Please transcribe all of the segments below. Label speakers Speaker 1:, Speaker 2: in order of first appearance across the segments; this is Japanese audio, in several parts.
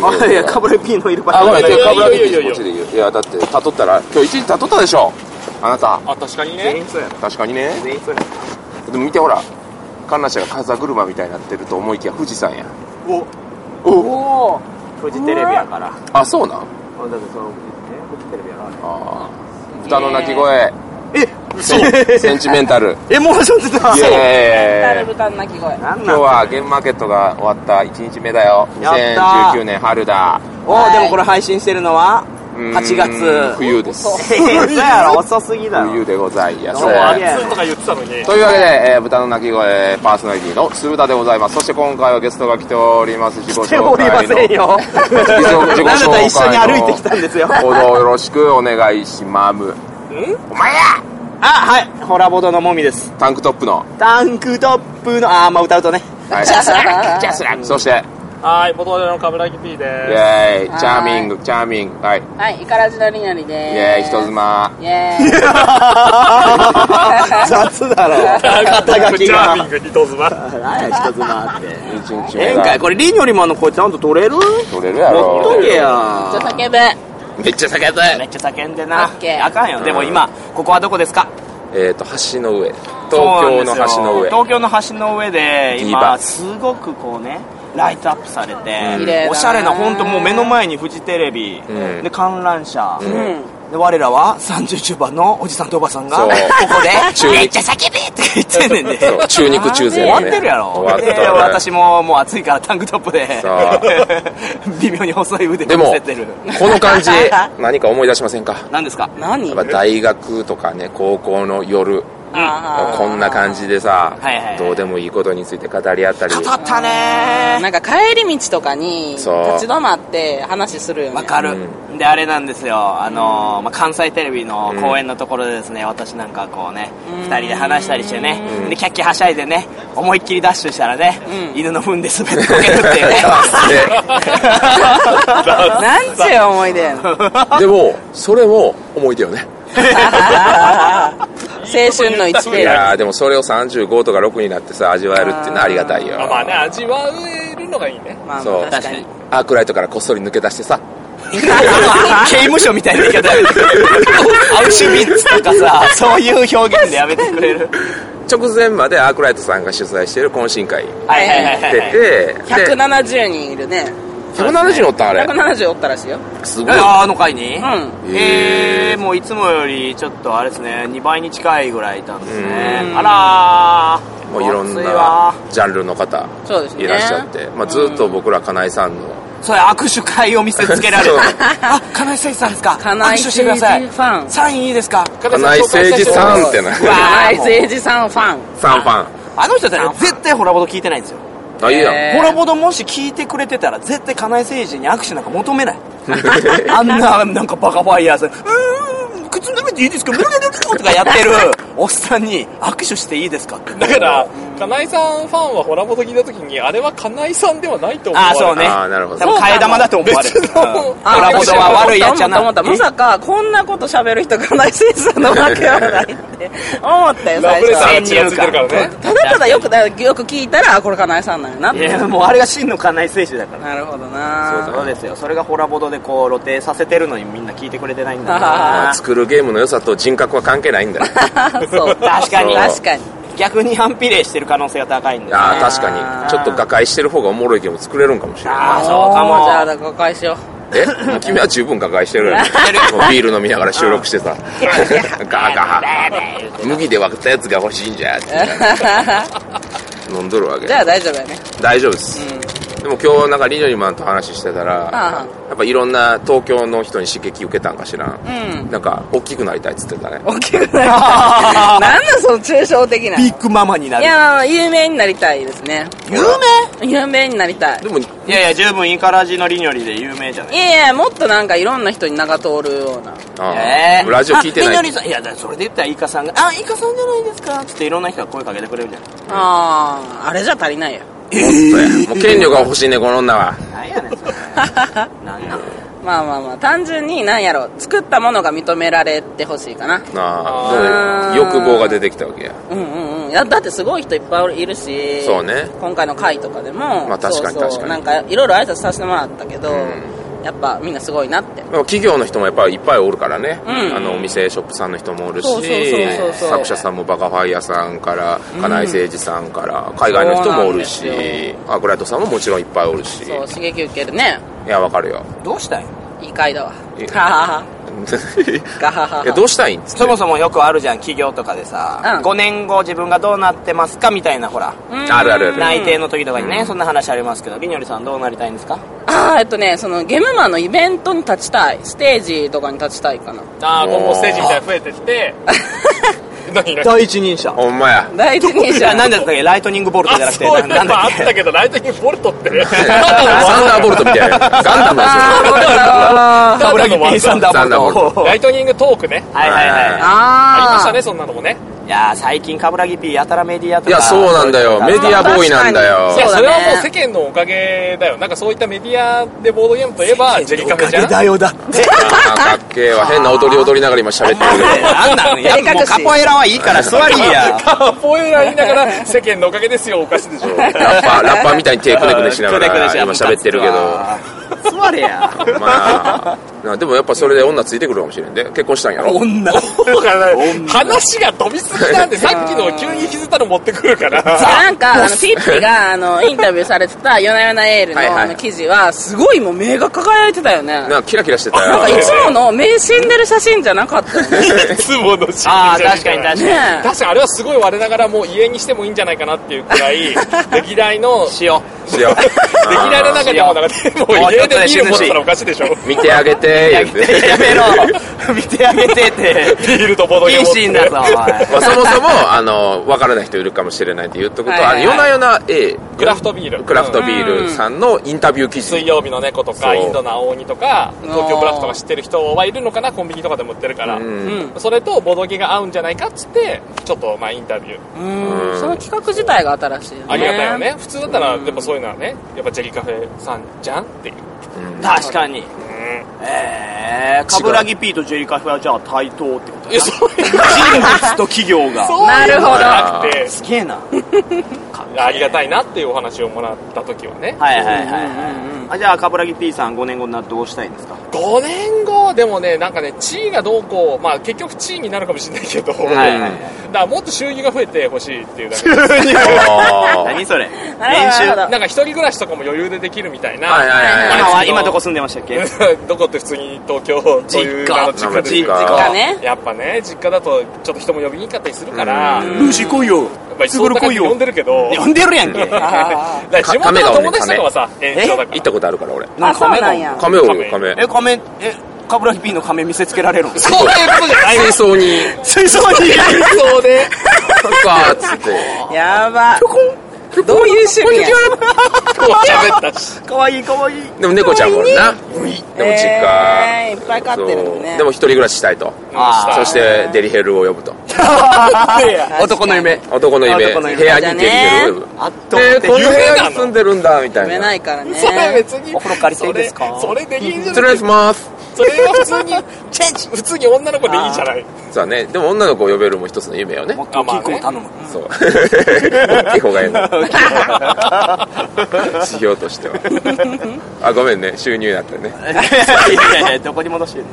Speaker 1: あいや、かぶれピーのいる場
Speaker 2: あ、
Speaker 1: 所
Speaker 2: ごめん、
Speaker 1: じゃない
Speaker 2: 今日かぶら
Speaker 3: いやいやいやいや
Speaker 2: こっちで言う。いや、だって、たとったら、今日一日たとったでしょ。あなた。
Speaker 3: あ、確かに
Speaker 1: 全
Speaker 3: ね。
Speaker 1: 員そうやな。
Speaker 2: 確かにね。
Speaker 1: 全員そうやな。
Speaker 2: でも見てほら、観覧車が風車みたいになってると思いきや富士山や。
Speaker 3: お、
Speaker 2: おお
Speaker 1: フジテレビやから。
Speaker 2: あ、そうなん
Speaker 1: あだってその、ねフジテレビやからね。
Speaker 2: あー豚の鳴き声、
Speaker 1: え
Speaker 2: センセンチメンタル。
Speaker 1: え、もうちょっと出た
Speaker 2: イ
Speaker 4: タル
Speaker 2: エーイ
Speaker 4: 豚の鳴き
Speaker 1: な
Speaker 4: 声。
Speaker 1: んなん
Speaker 2: 今日はゲームマーケットが終わった1日目だよ。
Speaker 1: やった
Speaker 2: 2019年春だ。
Speaker 1: おーでもこれ配信してるのは
Speaker 2: うーん
Speaker 1: 8月
Speaker 2: 冬です。
Speaker 1: えー嘘やろ遅すぎだろ
Speaker 2: 冬でございやす
Speaker 1: ど。うもありが
Speaker 3: 暑いとか言ってたのに。
Speaker 2: というわけで、えー豚の鳴き声パーソナリティの鶴田でございます。そして今回はゲストが来ております。自己紹
Speaker 1: 来
Speaker 2: 介
Speaker 1: て
Speaker 2: の
Speaker 1: おりませんよ
Speaker 2: 自己紹介の
Speaker 1: なんだったら一緒に歩いてきたんですよ
Speaker 2: ほどよろしくお願いしまむ。お前や
Speaker 1: あはいホラボドのもみです
Speaker 2: タンクトップの。
Speaker 1: タンクトップのあーまあ歌うとね
Speaker 2: はい
Speaker 4: ジャスラック
Speaker 2: ジャスラックそして、
Speaker 3: はーい、ポトフのカブラギ P で
Speaker 2: イ
Speaker 3: す。
Speaker 2: ェーイ、チャーミング、チャーミング。はい。イ
Speaker 4: はい、イカラジのりなりで
Speaker 2: ェーイ、
Speaker 4: す。
Speaker 2: 人妻。
Speaker 4: イェーイ。
Speaker 1: 雑だろ肩書き
Speaker 3: チャ
Speaker 1: が
Speaker 3: ーミング人妻。
Speaker 1: 何や人妻って
Speaker 2: 一日目
Speaker 1: ええん
Speaker 2: だ
Speaker 1: かいこれリンよりもあのこれちゃんと取れる
Speaker 2: 取れるや
Speaker 1: ほっと
Speaker 2: ろ。
Speaker 1: けや
Speaker 4: ちょっと叫ぶ。
Speaker 2: めっちゃ酒やった
Speaker 1: めっちゃ叫んでな
Speaker 4: オッケー
Speaker 1: あかんよでも今ここはどこですか
Speaker 2: えっと、橋の上。東
Speaker 1: そ
Speaker 2: 京の
Speaker 1: うなんですよ
Speaker 2: 橋の上。
Speaker 1: 東京の橋の上で
Speaker 2: ディーバ
Speaker 1: 今すごくこうねライトアップされ
Speaker 2: 綺
Speaker 4: 麗だ
Speaker 1: て
Speaker 4: な
Speaker 1: おしゃれな本当もう目の前にフジテレビ
Speaker 2: ん
Speaker 1: で観覧車
Speaker 2: うん
Speaker 1: で我らは39番のおじさんとおばさんが
Speaker 2: そ
Speaker 1: こ
Speaker 2: う
Speaker 1: こ
Speaker 2: 中
Speaker 1: で
Speaker 2: 日
Speaker 1: めっちゃ叫べって言ってんねんで
Speaker 2: そう中肉中背
Speaker 1: 終
Speaker 2: の
Speaker 1: わ
Speaker 2: ね。
Speaker 1: ってるやろ
Speaker 2: 終わって
Speaker 1: で
Speaker 2: る。
Speaker 1: 私ももう暑いからタンクトップで
Speaker 2: そ
Speaker 1: 微妙に細い腕
Speaker 2: で
Speaker 1: を見
Speaker 2: も
Speaker 1: せてる、
Speaker 2: この感じ、何か思い出しませんか
Speaker 1: 何ですか
Speaker 4: 何
Speaker 2: やっぱ大学とかね、高校の夜、
Speaker 4: あー
Speaker 2: こんな感じでさ
Speaker 1: はいはいはい、
Speaker 2: どうでもいいことについて語り合ったり
Speaker 1: 語。ったね
Speaker 4: なんか帰り道とかに立ち
Speaker 2: そう
Speaker 4: 止まって話するよね。
Speaker 1: わかる、であれなんですよあのー、まあ、関西テレビの公演のところでですね、私なんかこうね
Speaker 4: うん
Speaker 1: 2人で話したりしてね、
Speaker 2: うん
Speaker 1: でキャッキャはしゃいでね思いっきりダッシュしたらね、
Speaker 4: うん
Speaker 1: 犬の糞で滑ってこける っていうね
Speaker 4: なんちゅう思い出や の青
Speaker 2: ででも、それも思い出よね。い
Speaker 4: 春の1ペー
Speaker 2: やーでもそれを35とか6になってさ、味わえるっていうのはありがたいよ。
Speaker 3: あまあね、味わえるのがいいね。
Speaker 4: ジ。まあ、
Speaker 2: そう
Speaker 4: 確かに。
Speaker 2: アークライトからこっそり抜け出してさ、
Speaker 1: 刑務所みたいな言い方やめてアウシュビッツとかさ そういう表現でやめてくれる
Speaker 2: 直前までアークライトさんが主催してる懇親会出
Speaker 1: はいはいはいはい、はい、
Speaker 2: て、で、
Speaker 4: 170人いるね。
Speaker 2: 170乗ったんあれ。
Speaker 4: 170おったらしいよ。
Speaker 2: すごい。
Speaker 1: ああの回に、
Speaker 4: う
Speaker 1: えー、もういつもよりちょっとあれですね2倍に近いぐらいいたんですね
Speaker 4: うん
Speaker 1: あらー
Speaker 2: もういろん
Speaker 1: 暑いわ
Speaker 2: なジャンルの方
Speaker 4: そうですね
Speaker 2: いらっしゃって、まあ、ずっと僕ら金井さんの、
Speaker 1: それ握手会を見せつけられ
Speaker 2: そう
Speaker 1: たあ金井誠司さんですか握
Speaker 4: 金
Speaker 1: 手
Speaker 4: 井
Speaker 1: してください
Speaker 4: 誠司ファン
Speaker 1: サインいいですか
Speaker 2: 金井誠司さんってな
Speaker 1: うわ
Speaker 4: 金井誠司さんファン。
Speaker 2: さんファン
Speaker 1: あの人たち絶対ホラボド聞いてないんですよ
Speaker 2: あいいやん、
Speaker 4: えー
Speaker 1: ホラボドもし聞いてくれてたら絶対金井誠司に握手なんか求 めないあんななんかバカファイヤーさんうーん靴舐めていいですかブルブルブルブルとかや ってるおっさんに握手していいですかって
Speaker 3: だから、金井さんファンはホラボト聞いたときに、あれは金井さんではないと思わ
Speaker 1: あ
Speaker 3: れ
Speaker 1: あ
Speaker 3: る
Speaker 1: そうね
Speaker 2: あーなるほど
Speaker 1: 多分替え玉だと思われる
Speaker 3: 別の
Speaker 1: うんホラボドは悪いやっちゃな
Speaker 4: 思った思ったまさかこんなこと喋る人がない先生なわけはないって 思ったよ
Speaker 3: ラ
Speaker 4: 最
Speaker 3: ブレター
Speaker 4: 初
Speaker 3: がちらついてるからね。
Speaker 4: ただただよくだよく聞いたらあこれ金井さんなんやない
Speaker 1: やもうあれが真の金井誠司だから
Speaker 4: なるほどな
Speaker 1: そうですよそれがホラボドでこう露呈させてるのにみんな聞いてくれてないんだ
Speaker 4: あ
Speaker 1: な
Speaker 2: まあ作るゲームの良さと人格は関係ないんだよ
Speaker 4: そう
Speaker 1: 確かに
Speaker 4: 確かに
Speaker 1: 逆に反比例してる可能性が高いんだよ
Speaker 2: あ
Speaker 1: ね
Speaker 2: ー確かにちょっと瓦解してる方がおもろいゲーム作れるんかもしれない
Speaker 1: あーそうかも
Speaker 4: おーじゃあ誤解しよ
Speaker 2: えもう君は十分瓦解してるよもうビール飲みながら収録してさガーガー麦で割ったやつが欲しいんじゃって
Speaker 4: う
Speaker 2: 飲んどるわけ
Speaker 4: じゃあ大丈夫やね
Speaker 2: 大丈夫です、でも今日なんかリニョリマンと話してたら
Speaker 4: あ
Speaker 2: やっぱいろんな東京の人に刺激受けたんかしらん、
Speaker 4: うん
Speaker 2: なんか大きくなりたいっつってたね
Speaker 4: 大きくなりたいなんなんその抽象的な
Speaker 1: ビ
Speaker 4: い
Speaker 1: ッグママになる
Speaker 4: や有名になりたいですね
Speaker 1: 有
Speaker 4: 有名になりたい
Speaker 2: でも
Speaker 1: 名いやいや十分イカラジのリニョリで有名じゃない
Speaker 4: いやいやもっとなんかいろんな人に名が通るような
Speaker 2: あ
Speaker 1: え
Speaker 2: ーラジオ聞いて
Speaker 1: あ
Speaker 2: な
Speaker 1: リニョリ
Speaker 2: い
Speaker 1: さんいやだからそれで言ったらイカさんが「あイカさんじゃないですか」つっていろんな人が声かけてくれるじゃない
Speaker 4: あああれじゃ足りないよ
Speaker 2: もっとやもう権力が欲しいねこの女は
Speaker 1: 何やねんそれ何やねん
Speaker 4: まあまあまあ単純になんやろ作ったものが認められてほしいかな
Speaker 2: ああ
Speaker 4: あー
Speaker 2: 欲望が出てきたわけや
Speaker 4: うんうんうんいやだってすごい人いっぱいいるし
Speaker 2: そうね
Speaker 4: 今回の会とかでもま
Speaker 2: あ確かに確かに
Speaker 4: なんかいろいろ挨拶させてもらったけど、
Speaker 2: ん
Speaker 4: やっぱみんなすごいなって
Speaker 2: でも企業の人もやっぱりいっぱいおるからね、
Speaker 4: うん
Speaker 2: あのお店ショップさんの人もおるし
Speaker 4: そうそうそうそう
Speaker 2: 作者さんもバカファイヤーさんから金井誠司さんから海外の人もおるし
Speaker 4: そうなんで
Speaker 2: アクライトさんももちろんいっぱいおるし
Speaker 4: そう刺激受けるね
Speaker 2: いやわかる よ
Speaker 1: どうしたい
Speaker 4: いい会だわ
Speaker 2: え
Speaker 4: はははガハハハ
Speaker 2: いやどうしたいんっつって
Speaker 1: そもそもよくあるじゃん企業とかでさ、
Speaker 4: うん
Speaker 1: 5年後自分がどうなってますかみたいなほら、
Speaker 4: うん
Speaker 2: あるあるある
Speaker 1: 内定の時とかにね、
Speaker 2: うん
Speaker 1: そんな話ありますけどりにょりさんどうなりたいんですか
Speaker 4: ああえっとねそのゲームマンのイベントに立ちたいステージとかに立ちたいかな
Speaker 3: ああ今後ステージみたいなの増えてって 何何
Speaker 1: 第一人者
Speaker 2: ほんま や
Speaker 4: 第一人 者
Speaker 1: 何だったっけライトニングボルトじゃな
Speaker 3: あ
Speaker 1: く
Speaker 3: そ
Speaker 1: て
Speaker 3: う
Speaker 1: な
Speaker 3: や
Speaker 1: な
Speaker 3: っ
Speaker 1: ん
Speaker 3: ぱ
Speaker 1: だ
Speaker 3: あ
Speaker 1: っ
Speaker 3: っ
Speaker 1: け
Speaker 3: たけどライトニングボル トって
Speaker 2: サンダーボルトみたいなガン ダムや
Speaker 4: あー
Speaker 1: 冠城 P サンダーボル
Speaker 2: サンダー
Speaker 1: ト
Speaker 3: ライトニングトークね
Speaker 1: はいはいはい
Speaker 3: ありまし
Speaker 4: あ
Speaker 3: たねそんなのもね
Speaker 1: いやー最近冠城 P やたらメディアと
Speaker 2: い
Speaker 1: か
Speaker 2: やそうなんだ よメディアボーイなんだよ
Speaker 3: いや
Speaker 4: そ
Speaker 3: そ
Speaker 4: うだね
Speaker 3: れはもう世間のおかげだよなんかそういったメディアでボードゲームといえばジェリカメじゃん
Speaker 1: だよだって
Speaker 2: あーかっけえわ変な踊り踊りながら今喋ってるけ
Speaker 1: なんなんいや
Speaker 4: 照れ隠し
Speaker 1: もうカポエラはいい から座りや
Speaker 3: カ ポエラ言いながら世間のおかげですよおかしい でしょ
Speaker 2: どラッパーラッパーみたいに手くねくねしなが
Speaker 1: くねくね
Speaker 2: ら
Speaker 1: し
Speaker 2: 今喋ってるけど
Speaker 1: 座れや
Speaker 2: まあ、なでもやっぱそれで女ついてくるかもしれんで、結婚したんやろ。
Speaker 1: 女
Speaker 3: だから話が飛びすぎなんでさっきの急に気づいたの持ってくる から
Speaker 4: ーなんか、あの、ピッチが、あの、インタビューされてた、夜な夜なエールの
Speaker 2: はいはい
Speaker 4: あの記事は、すごいもう目が輝いてたよね。
Speaker 2: なんかキラキラしてた
Speaker 4: なんかい
Speaker 2: よ。
Speaker 4: つもの目死んでる写真じゃなかったよね。
Speaker 3: いつものシーン
Speaker 1: ああ確かに確かに
Speaker 4: ね
Speaker 3: 確かにあれはすごい我ながらもう家にしてもいいんじゃないかなっていうくらい歴代の歴
Speaker 1: しよ
Speaker 2: しよう
Speaker 3: 代の中でもなんかでも家でビール持ってたらおかしいでしょ
Speaker 2: 見てあげて、言っ
Speaker 1: う
Speaker 2: て。
Speaker 1: やめろ 見てやめてって
Speaker 3: ビールとボードゲー
Speaker 1: い
Speaker 3: ム
Speaker 1: い
Speaker 3: 持っ
Speaker 1: シーンだ
Speaker 3: て
Speaker 1: ぞお
Speaker 2: まあ、そもそも、あの、わからない人いるかもしれないって言っとくと、
Speaker 4: はいはいはい
Speaker 2: あの夜な夜な A、
Speaker 3: クラフトビール
Speaker 2: クラフトビー
Speaker 4: うん
Speaker 2: ルさんのインタビュー記
Speaker 3: 水
Speaker 2: 事。
Speaker 3: 曜日の猫と
Speaker 2: そ
Speaker 3: か
Speaker 2: う
Speaker 3: インドの青鬼とか
Speaker 4: うん
Speaker 3: 東京ブラフとか知ってる人はいるのかなコンビニとかでも売ってるから、
Speaker 2: う。
Speaker 4: うんん。
Speaker 3: それとボドゲが合うんじゃないかっつってちょっとまあインタビュー
Speaker 4: うん。その企画自体が新しいよね。
Speaker 3: ありがたいよね。普通だったらやっぱそういうのはねやっぱジェリカフェさんじゃんっていう
Speaker 1: 確かにええ冠城 P とジェリカフェはじゃあ対等ってこと
Speaker 3: いやそういう
Speaker 1: 人物と企業が
Speaker 3: そういうのじゃなくて
Speaker 1: すげえな
Speaker 3: ありがたいなっていうお話をもらった時はね
Speaker 1: はいはいはいはいあじゃあ冠城 P さん5年後になってどうしたいん ですか
Speaker 3: 5年後でもねなんかね地位がどうこうまあ結局地位になるかもしれないけど、
Speaker 2: ん
Speaker 1: はいはいはい
Speaker 3: だからもっと収入が増えてほしいっていう だけで
Speaker 2: あー
Speaker 1: 何それ
Speaker 4: なる
Speaker 1: 練
Speaker 4: ほど
Speaker 1: 習
Speaker 4: なるほど
Speaker 3: なんか一人暮らしとかも余裕でできるみたいな、
Speaker 2: はいはい
Speaker 1: 今
Speaker 2: はい。
Speaker 1: は今どこ住んでましたっけ
Speaker 3: どこって普通に東京という名の実家ですけ
Speaker 2: 実
Speaker 3: ど
Speaker 4: 家実家ね
Speaker 3: やっぱね実家だとちょっと人も呼びにくかったりするから、
Speaker 2: う
Speaker 3: や
Speaker 1: ルーシー来いよ
Speaker 3: っぱりそう高 く呼んでるけど
Speaker 1: 呼んでるやんけ
Speaker 4: あ
Speaker 3: だから地元の友達とかはさ延長だか
Speaker 2: 行っ
Speaker 3: ら
Speaker 2: たことあるから俺。
Speaker 4: ーあ、そうなんや。
Speaker 2: 亀おるよ、亀。
Speaker 1: え亀え冠城 P の亀見せつけられるんです
Speaker 3: そういうことじゃない
Speaker 2: 水槽に、
Speaker 1: 水槽に
Speaker 3: そうで
Speaker 2: ガーッつって。
Speaker 4: やば。どういう趣味や
Speaker 3: こう喋ったし
Speaker 1: かわいいかわいい
Speaker 2: でも猫ちゃんもおるな。でも実家。
Speaker 4: えーいっぱい飼っ
Speaker 2: そう
Speaker 4: てるもんね。
Speaker 2: でも一人暮らししたいと。
Speaker 1: あ
Speaker 2: そしてデリヘルを呼ぶと。
Speaker 1: 男の夢
Speaker 2: 男の夢、
Speaker 1: 男の夢
Speaker 2: 部屋にデリヘルを呼ぶ。
Speaker 1: 圧倒
Speaker 2: えー、
Speaker 1: 的
Speaker 2: この部
Speaker 3: 夢
Speaker 2: 屋
Speaker 3: な
Speaker 2: に
Speaker 3: の
Speaker 2: 住んでるんだ、みた
Speaker 4: 埋め
Speaker 2: い
Speaker 4: な
Speaker 2: な。
Speaker 4: いからね。
Speaker 3: それ別に
Speaker 1: お風呂借りていいですか
Speaker 3: それそれでいいんじゃ
Speaker 2: 失
Speaker 3: ない
Speaker 2: 礼します。
Speaker 3: それは普通に普通に女の子でいいじゃない
Speaker 2: そうだね。でも女の子を呼べるも一つの夢よね
Speaker 1: も。っと大きい子を頼む
Speaker 2: そう。大きい方がいいの。指標としては。あ、ごめんね。収入やったね。
Speaker 1: いやいやいやどこに戻してる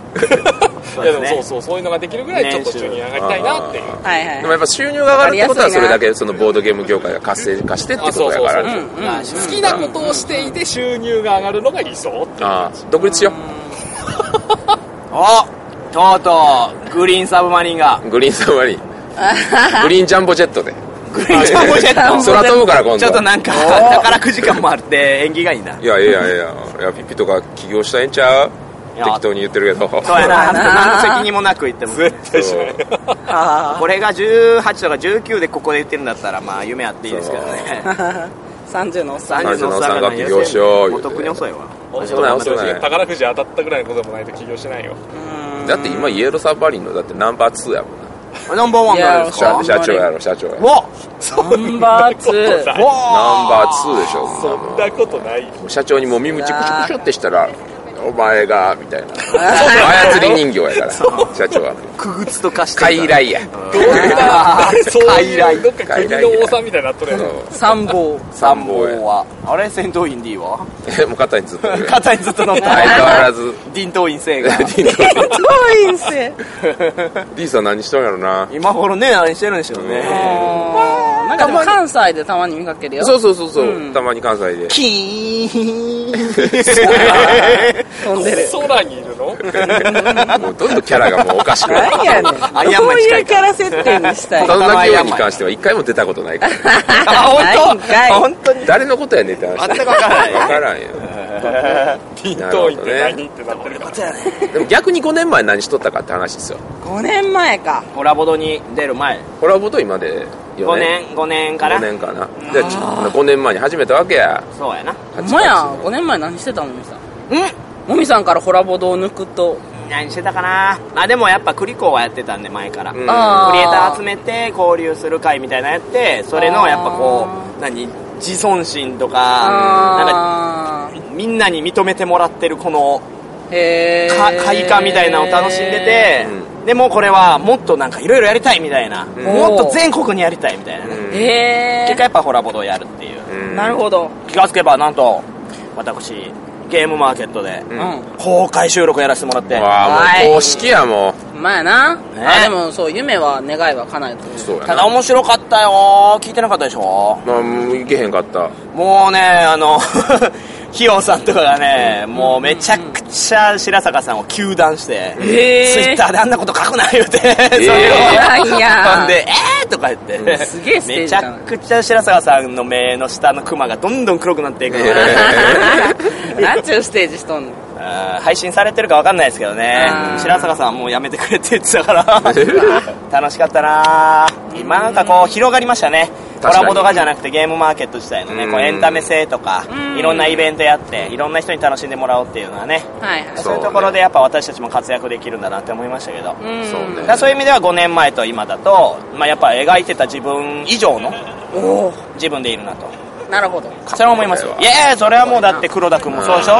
Speaker 3: いやでもそうそうそういうのができるぐらいちょっと中に上がりたいなっていう
Speaker 4: はいはい
Speaker 2: でもやっぱ収入が上がるってことは
Speaker 4: わかりやすい
Speaker 2: そ
Speaker 4: な
Speaker 2: れだけそのボードゲーム業界が活性化してってことやか
Speaker 3: あそうそう
Speaker 2: ら。
Speaker 4: うん
Speaker 1: まあ
Speaker 3: 好きなことをしていて収入が上がるのが理想っていう
Speaker 2: あー独立しよ
Speaker 1: おとうとうグリーンサブマリンが
Speaker 2: う。グリーンサマリン。グリーンジャンボジェットで。
Speaker 1: グリーンサブマリン
Speaker 2: 空飛ぶから今度
Speaker 1: ちょっとなんか宝くじ感もあって縁起がいいない
Speaker 2: や、いやいやいや。いや、ピッピとか起業したいんちゃう
Speaker 1: いや
Speaker 2: 適当に言ってるけど。
Speaker 1: そうやな何の責任もなく言っても
Speaker 3: 絶対しない
Speaker 1: これが18とか19でここで言ってるんだったらまあ夢あっていいですけどね
Speaker 4: 30のおっさん。
Speaker 2: 30のおっさんが起業しよう言うて
Speaker 1: 特に遅いわ
Speaker 2: そうなんそうなん
Speaker 3: 宝くじ当たったぐらいのこともないと起業しないよ
Speaker 2: だって今イエローサブマリンのだってナンバー2やもんな
Speaker 1: ナンバーワンなんです
Speaker 2: 社
Speaker 1: か
Speaker 4: い
Speaker 2: 社長やろ社長やろ
Speaker 1: わ
Speaker 4: ナンバーツー
Speaker 3: そんな
Speaker 2: ナ
Speaker 1: わ
Speaker 3: ことない
Speaker 2: ンバー2でしょ
Speaker 3: そんなことないよ
Speaker 2: もう社長にもみむちクシュクシュってしたらお前が、みたいな。操り人形やから、社長は。
Speaker 1: くぐつと化して
Speaker 2: 傀
Speaker 1: るから
Speaker 2: 儡や。
Speaker 3: どうしたそういう、どっか
Speaker 2: 傀
Speaker 3: 国
Speaker 2: 儡
Speaker 3: の王さんみたいになっとるや
Speaker 2: そ
Speaker 3: ろ。
Speaker 2: う
Speaker 1: 参謀
Speaker 2: 参謀や
Speaker 1: はあれ戦闘員 D は
Speaker 2: えもう肩にずっといる。
Speaker 1: 肩にずっと乗った
Speaker 2: 相変わらず。
Speaker 1: ディントーイン生が
Speaker 4: 遠いん せ
Speaker 2: D さん何しとんやろな。
Speaker 1: 今頃ねあれしてるんでしょうね
Speaker 4: なんかでも関西でたまに見かけるよ
Speaker 2: そうそうそうそう。たまに関西で。
Speaker 1: キーン
Speaker 4: 飛んでる
Speaker 3: 空にいるの
Speaker 2: もうどんどんキャラがもうおかしく なる。
Speaker 4: 何やねんど
Speaker 1: アイアンマ
Speaker 4: う
Speaker 1: ンに近
Speaker 4: い
Speaker 1: いう
Speaker 4: キャラ設定にしたい
Speaker 2: そんな興に関しては一回も出たことないから。
Speaker 1: あ
Speaker 4: ないんかい
Speaker 1: 本当に
Speaker 2: 誰のことやねんって話。
Speaker 1: 全くわからない
Speaker 2: わからんよ。
Speaker 3: ピントインって何ってなってるから。
Speaker 2: でも逆に5年前何しとったかって話ですよ。
Speaker 4: 5年前か
Speaker 1: コラボドに出る前
Speaker 2: コラボと今で
Speaker 1: 5
Speaker 2: 4年。
Speaker 1: 年5年から
Speaker 2: 5年かな。じゃあち5年前に始めたわけや。
Speaker 1: そうやな
Speaker 4: ほんまや5年前何してたもみさん
Speaker 1: うん
Speaker 4: もみさんからホラボドを抜くと
Speaker 1: 何してたかなまあでもやっぱクリコはやってたんで前から、
Speaker 2: うん
Speaker 4: あー
Speaker 1: クリエイター集めて交流する会みたいなのやってそれのやっぱこ
Speaker 4: あ
Speaker 1: う何自尊心とかなんか
Speaker 4: あ
Speaker 1: みんなに認めてもらってるこの
Speaker 4: ーへえ
Speaker 1: か快感みたいなのを楽しんでて、でもこれはもっとなんかいろいろやりたいみたいな、もっと全国にやりたいみたいなね、
Speaker 2: うん
Speaker 4: へ
Speaker 1: 結
Speaker 4: え
Speaker 1: 果やっぱホラボドをやるっていう、
Speaker 2: うん
Speaker 4: なるほど
Speaker 1: 気がつけばなんと私ゲームマーケットで
Speaker 2: う
Speaker 4: うんん
Speaker 1: 公開収録やらせてもらって、
Speaker 2: わあ
Speaker 4: はい
Speaker 2: もう公式やも
Speaker 4: まあやな、
Speaker 1: ね
Speaker 4: あでもそう夢は願いは叶えと
Speaker 2: うそうや
Speaker 1: た
Speaker 2: な
Speaker 1: だ面白かったよ聞いてなかったでしょ
Speaker 2: まあもういけへんかった
Speaker 1: もうねあの ひよさんとかがね、もうめちゃくちゃ白坂さんを糾弾して、
Speaker 4: へー
Speaker 1: ツイッターであんなこと書くな言うて、そ
Speaker 4: 偉いやん
Speaker 1: ほんで、えーとか言って、
Speaker 4: すげえステー
Speaker 1: め
Speaker 4: ジ
Speaker 1: ち
Speaker 4: だ
Speaker 1: ゃ
Speaker 4: な
Speaker 1: くちゃ白坂さんの目の下のクマがどんどん黒くなっていくので、
Speaker 4: なんちゅうステージしとんの
Speaker 1: あー配信されてるかわかんないですけどね
Speaker 4: あー
Speaker 1: 白坂さんはもうやめてくれって言ってたから 楽しかったな今なんかこう広がりましたねコ
Speaker 2: 確かに
Speaker 1: ラボとかじゃなくてゲームマーケット自体のね
Speaker 2: うん
Speaker 1: こうエンタメ性とか
Speaker 4: うん
Speaker 1: いろんなイベントやっていろんな人に楽しんでもらおうっていうのはね
Speaker 4: はいはい
Speaker 2: そ
Speaker 1: そうう
Speaker 2: ね
Speaker 1: いうところでやっぱ私たちも活躍できるんだなって思いましたけど、
Speaker 4: ん
Speaker 2: そうね
Speaker 1: だからそういう意味では5年前と今だと、まあ、やっぱ描いてた自分以上の
Speaker 4: おお
Speaker 1: 自分でいるなと
Speaker 4: なるほど
Speaker 1: それは思いますよ
Speaker 2: こ
Speaker 1: い
Speaker 2: れ
Speaker 1: やいやそれはもうだって黒田君もそうでしょ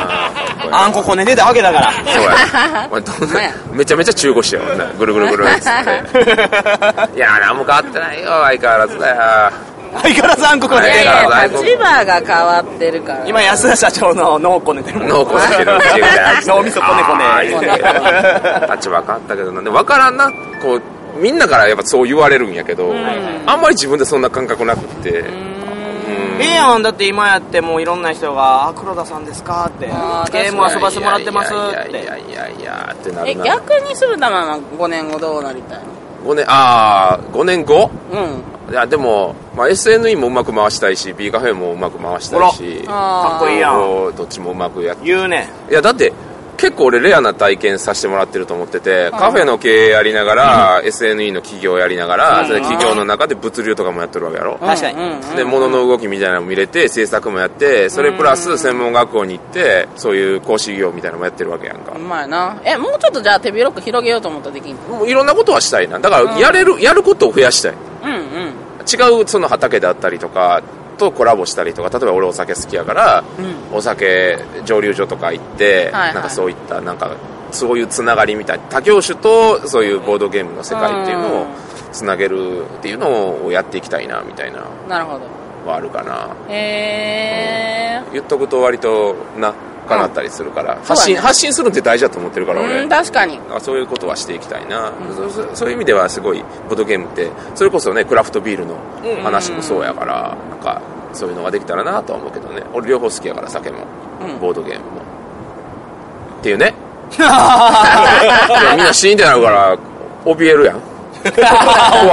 Speaker 2: うん
Speaker 1: あんこ骨出たわけだから
Speaker 2: そうやお前どん
Speaker 4: ほんまや
Speaker 2: なめちゃめちゃ中腰やもんなぐるぐるぐるっつ っていや何も変わってないよ相変わらずだよ
Speaker 1: 相変わらず暗黒が出
Speaker 4: いや
Speaker 1: て
Speaker 4: い
Speaker 1: るから
Speaker 4: や立場が変わってるから
Speaker 1: 今安田社長の脳こねてるもん
Speaker 2: 脳こしてるしてるやつ
Speaker 1: 脳みそこねこね
Speaker 2: あー言うて立場変わったけどなでも分からんなこうみんなからやっぱそう言われるんやけどあんまり自分でそんな感覚なくってうん
Speaker 1: ええやんだって今やってもういろんな人が「あ黒田さんですか?」って
Speaker 4: あ
Speaker 1: 「
Speaker 4: ー
Speaker 1: ゲーム遊ばせてもらってます」っ
Speaker 2: いや
Speaker 1: て
Speaker 2: いやいやいやいやってな
Speaker 4: え
Speaker 2: るな
Speaker 4: 逆にするたまは5年後どうなりたいの
Speaker 2: 5年ああ5年後
Speaker 4: うん
Speaker 2: いやでも、まあ、SNE もうまく回したいし B カフェもうまく回したいし
Speaker 1: かっこいい
Speaker 4: や
Speaker 1: やん
Speaker 2: こうどっちもうまくやっ
Speaker 1: 言うね
Speaker 2: いやだって結構俺レアな体験させてもらってると思っててカフェの経営やりながら SNE の企業やりながらそれで企業の中で物流とかもやってるわけやろ
Speaker 1: 確かに
Speaker 2: で物の動きみたいなのも見れて制作もやってそれプラス専門学校に行ってそういう講師業みたいなのもやってるわけやんか
Speaker 4: うまいなえもうちょっとじゃあ手広く広げようと思ったらできんの
Speaker 2: もういろんなことはしたいなだからやれるやることを増やしたい
Speaker 4: うんうん
Speaker 2: 違うその畑であったりとかとコラボしたりとか例えば俺お酒好きやから、お酒蒸留所とか行って、
Speaker 4: はいはい
Speaker 2: なんかそういったなんかそういうつながりみたいな他業種とそういうボードゲームの世界っていうの
Speaker 4: う
Speaker 2: を
Speaker 4: ん
Speaker 2: つなげるっていうのをやっていきたいなみたいなの
Speaker 4: なるほど
Speaker 2: はあるかな
Speaker 4: へえ
Speaker 2: 言っとくと割となかなったりするから、
Speaker 4: そう
Speaker 2: 発
Speaker 4: だね
Speaker 2: 信発信するって大事だと思ってるから俺、
Speaker 4: うん確かに
Speaker 2: あそういうことはしていきたいな、そそそういう意味ではすごいボードゲームってそれこそねクラフトビールの話もそうやから、なんかそういうのができたらなとは思うけどね俺両方好きやから酒も、
Speaker 4: うん
Speaker 2: ボードゲームもっていうねいやみんな死んでなるから怯えるやん怖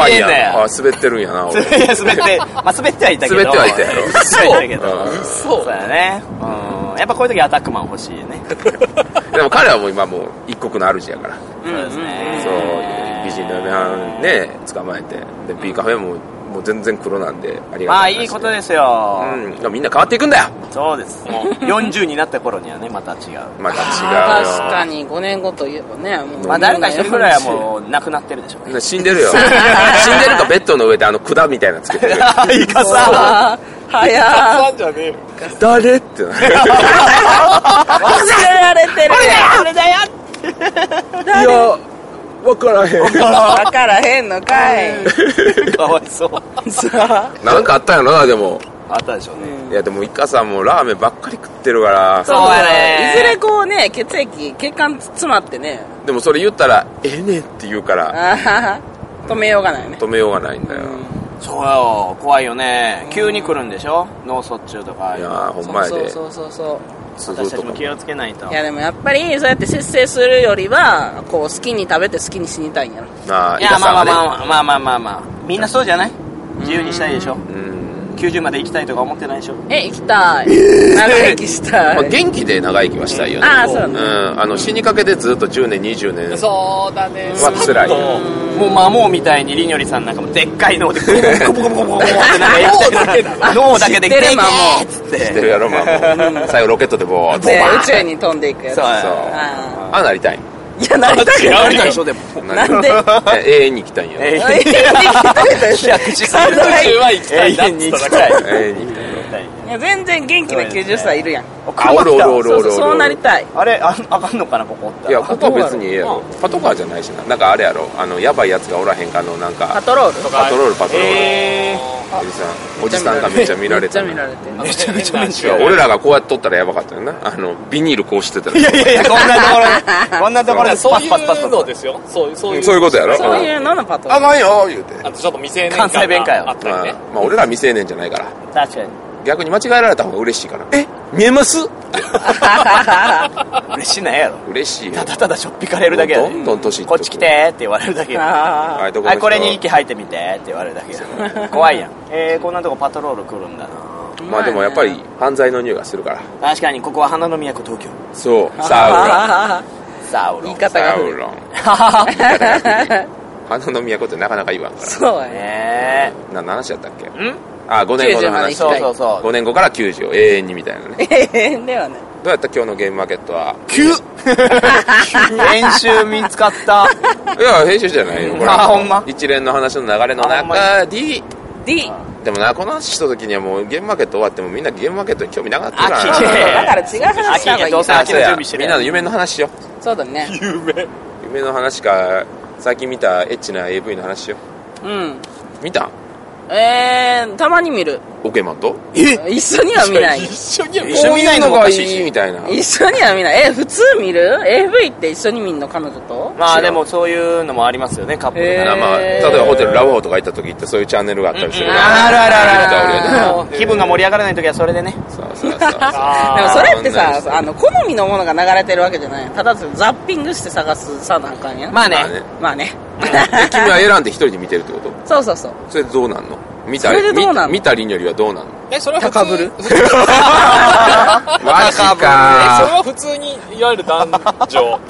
Speaker 2: いやん
Speaker 1: 怯えんだよ
Speaker 2: あ滑ってるんやな 俺
Speaker 1: いや滑って、まあ、滑ってはいたけど
Speaker 2: 滑ってはいたやろ
Speaker 1: 滑ってはいたけど
Speaker 2: うん
Speaker 1: そうだよねうんやっぱこういう時アタックマン欲しいね
Speaker 2: でも彼はもう今もう一国の主やから
Speaker 1: そうですね
Speaker 2: そう美人の嫁はんね捕まえてで B カフェももう全然黒なんでありが
Speaker 1: まあ
Speaker 2: たい話
Speaker 1: いいことですよ、
Speaker 2: うん、みんな変わっていくんだよ
Speaker 1: そうです もう40になった頃にはねまた違う
Speaker 2: また違うよ
Speaker 4: 確かに5年後といえばねもう
Speaker 1: まあ誰か一人ぐらいはもう亡くなってる でしょうね
Speaker 2: 死んでるよ死んでるかベッドの上であの管みたいなのつけてる
Speaker 1: イカさ
Speaker 4: 早っ
Speaker 3: なんじゃねえよ。
Speaker 2: 誰ってなる
Speaker 4: 忘れられてる
Speaker 1: あれだよ
Speaker 2: いや分からへん
Speaker 4: 分からへんのかい
Speaker 1: かわい そう
Speaker 4: さ
Speaker 2: なんかあったんやろなでも
Speaker 1: あったでしょうね
Speaker 2: いやでもイカさんもラーメンばっかり食ってるから
Speaker 4: そう
Speaker 1: そうやね
Speaker 4: ねいずれこうね血液血管詰まってね
Speaker 2: でもそれ言ったら「ええねん」って言うから
Speaker 4: あはは止めようがないね
Speaker 2: 止めようがないんだよ
Speaker 1: そうよ怖いよね急に来るんでしょ脳卒中とか
Speaker 2: いやーほんまや
Speaker 4: そう
Speaker 2: で
Speaker 4: そうそうそう
Speaker 1: 私たちも
Speaker 2: 鈴
Speaker 1: 気をつけないと
Speaker 4: いやでもやっぱりそうやって節制するよりはこう好きに食べて好きに死にたいんやろ
Speaker 2: とかあ
Speaker 1: い
Speaker 2: イカさ
Speaker 1: や
Speaker 2: んは
Speaker 1: まあま
Speaker 2: ね
Speaker 1: あまあまあまあまあまあみんなそうじゃない自由にしたいでしょ
Speaker 2: うん
Speaker 1: 90まで生きたいとか思ってないでしょ
Speaker 4: え行きたい長生きしたい、
Speaker 2: まあ元気で長生きはしたいよね
Speaker 4: ああそう
Speaker 2: う
Speaker 4: ね
Speaker 2: んあの死にかけてずっと10年20年
Speaker 3: そうだね。
Speaker 2: は辛いよ
Speaker 1: もう魔王みたいにりにょりさんなんかもでっかい脳 でボコボコボコボコボコってなんかやりたいな脳だけで
Speaker 4: 知ってる
Speaker 1: でけ
Speaker 4: 魔
Speaker 1: え
Speaker 4: 王
Speaker 1: っつっ
Speaker 2: 知って
Speaker 1: て
Speaker 2: るやろまあもう最後ロケットでボーッと
Speaker 4: で
Speaker 2: バーン
Speaker 4: 宇宙に飛んでいくやつ
Speaker 1: そう
Speaker 2: そう
Speaker 4: あ
Speaker 2: ああなりたい
Speaker 4: ーいやなりたく
Speaker 1: や
Speaker 4: な
Speaker 1: りたい
Speaker 4: い
Speaker 1: でしょでも
Speaker 4: なんで
Speaker 2: え永遠に行きたいんや
Speaker 1: え
Speaker 2: 永
Speaker 1: い
Speaker 4: 永遠に生きたいでしょ
Speaker 1: 100
Speaker 3: 宇宙は行きた
Speaker 1: 永
Speaker 3: いなっ
Speaker 1: 遠
Speaker 3: つ
Speaker 1: に
Speaker 3: っ
Speaker 1: 行
Speaker 3: た
Speaker 1: き
Speaker 3: だ
Speaker 1: たい
Speaker 2: 遠に行きたいよ
Speaker 4: いや全然元気な90歳いるやん
Speaker 2: あおるおるおる
Speaker 4: そ
Speaker 2: お
Speaker 4: うそ
Speaker 2: る
Speaker 4: うそうなりたい
Speaker 1: あれああかんのかなここって
Speaker 2: いやここは別にええやろパトカーじゃないしななんかあれやろあのやばいやつがおらへんかのなん
Speaker 4: パ
Speaker 2: か
Speaker 4: トロールと
Speaker 2: パトロールパトロール
Speaker 1: え
Speaker 2: おじさんおじさんがめっちゃ見られ
Speaker 4: めっち
Speaker 2: た
Speaker 4: ゃ
Speaker 2: な
Speaker 4: 見られてる
Speaker 1: めちゃめちゃめち
Speaker 2: い
Speaker 1: ゃ
Speaker 2: や俺らがこうやっとったらやばかったよなあのビニールこうしてたら
Speaker 1: いやいやいやこんなところでこんなところで
Speaker 3: そうい
Speaker 1: パスパスパ
Speaker 3: う
Speaker 1: スパ
Speaker 3: の
Speaker 1: ス
Speaker 3: ですよ。そういう、そう
Speaker 2: う
Speaker 3: い
Speaker 2: ん
Speaker 3: う。
Speaker 2: そういうことやろ
Speaker 4: そういうののパトロ
Speaker 2: あ
Speaker 4: ール
Speaker 2: かんよ言うて
Speaker 3: あとちょっと未成年
Speaker 1: 関西弁かよ
Speaker 3: 感があった
Speaker 2: まあ
Speaker 3: りね。
Speaker 2: まあ俺ら未成年じゃないから
Speaker 1: 確かに
Speaker 2: 逆に間違えられた方が嬉しいからえ見えます
Speaker 1: 嬉しいないやろ
Speaker 2: 嬉しいよ
Speaker 1: ただただしょっぴかれるだけやで
Speaker 2: どんどん年いって
Speaker 1: こっち来てーって言われるだけや
Speaker 4: あ
Speaker 2: はいどこの
Speaker 1: あ
Speaker 2: 人
Speaker 1: これに息吐いてみてって言われるだけだ怖いやんえー、こんなとこパトロール来るんだな
Speaker 2: まあでもやっぱり犯罪の匂いがするから
Speaker 1: 確かにここは花の都東京
Speaker 2: そう サ
Speaker 4: あ
Speaker 1: サウロ
Speaker 4: 言い
Speaker 1: ン
Speaker 2: ウロン
Speaker 4: 方が
Speaker 2: サ
Speaker 4: 古
Speaker 2: ウ
Speaker 4: い
Speaker 2: ロン
Speaker 1: は
Speaker 2: 花の都ってなかなか言わんか
Speaker 4: そうやね
Speaker 1: ね
Speaker 2: らな何話やったっけ
Speaker 1: えん
Speaker 2: あ5年後の
Speaker 4: 90まで
Speaker 2: 話
Speaker 4: 行きた
Speaker 1: そう
Speaker 4: い
Speaker 1: そうそう
Speaker 2: 5年後から90を永遠にみたいなね
Speaker 4: えではね
Speaker 2: どうやった今日のゲームマーケットは
Speaker 1: 練習見つかった
Speaker 2: いや編集じゃないよこれ
Speaker 1: あほんま
Speaker 2: 一連の話の流れの
Speaker 1: あほんま
Speaker 2: 中で
Speaker 4: D
Speaker 2: でもなこの話した時にはもうゲームマーケット終わってもみんなゲームマーケットに興味なかった
Speaker 1: あ
Speaker 2: な
Speaker 1: 聞
Speaker 4: だ
Speaker 1: いて
Speaker 4: から違う話した方がいい
Speaker 1: 秋がどうせ秋の準備してる
Speaker 2: みんなの夢の話しよう
Speaker 4: そうだね
Speaker 3: 夢。
Speaker 2: 夢の話か最近見たエッチな AV の話しよ
Speaker 4: うん
Speaker 2: う見た
Speaker 4: えー、たまに見る
Speaker 2: オケマンと
Speaker 1: え
Speaker 4: 一緒には見ない
Speaker 3: 一緒には見
Speaker 1: 一緒に見ないのもお
Speaker 2: こ
Speaker 1: か
Speaker 2: う
Speaker 1: しい
Speaker 2: いうの
Speaker 1: し
Speaker 2: がいいみたいな
Speaker 4: 一緒には見ないえ普通見る AV って一緒に見んの彼女と
Speaker 1: まあでもそういうのもありますよねカップルな
Speaker 4: へ
Speaker 2: な
Speaker 1: ら
Speaker 2: まあ、例えばホテルラブホとか行った時ってそういうチャンネルがあったりするから、
Speaker 1: あるある
Speaker 2: あ
Speaker 1: あるある気分が盛り上がらない時はそれでね
Speaker 2: そうそうそうそう
Speaker 4: でも
Speaker 3: あ
Speaker 4: それって
Speaker 2: あー女の人
Speaker 4: さあの好みのものが流れてるわけじゃないただザッピングして探すさなんかんや
Speaker 1: まあね
Speaker 2: まあね
Speaker 4: まあね
Speaker 2: え君は選んで一人で見てるってこと
Speaker 4: そうそうそう
Speaker 2: それどうなんの見た
Speaker 4: それでどうなんの
Speaker 2: 見見たりによりはどうなんの
Speaker 3: ーえ、それは普通
Speaker 4: 高ぶる
Speaker 3: え、それ
Speaker 2: マジか
Speaker 3: は普通に、いわゆる男女。男性が一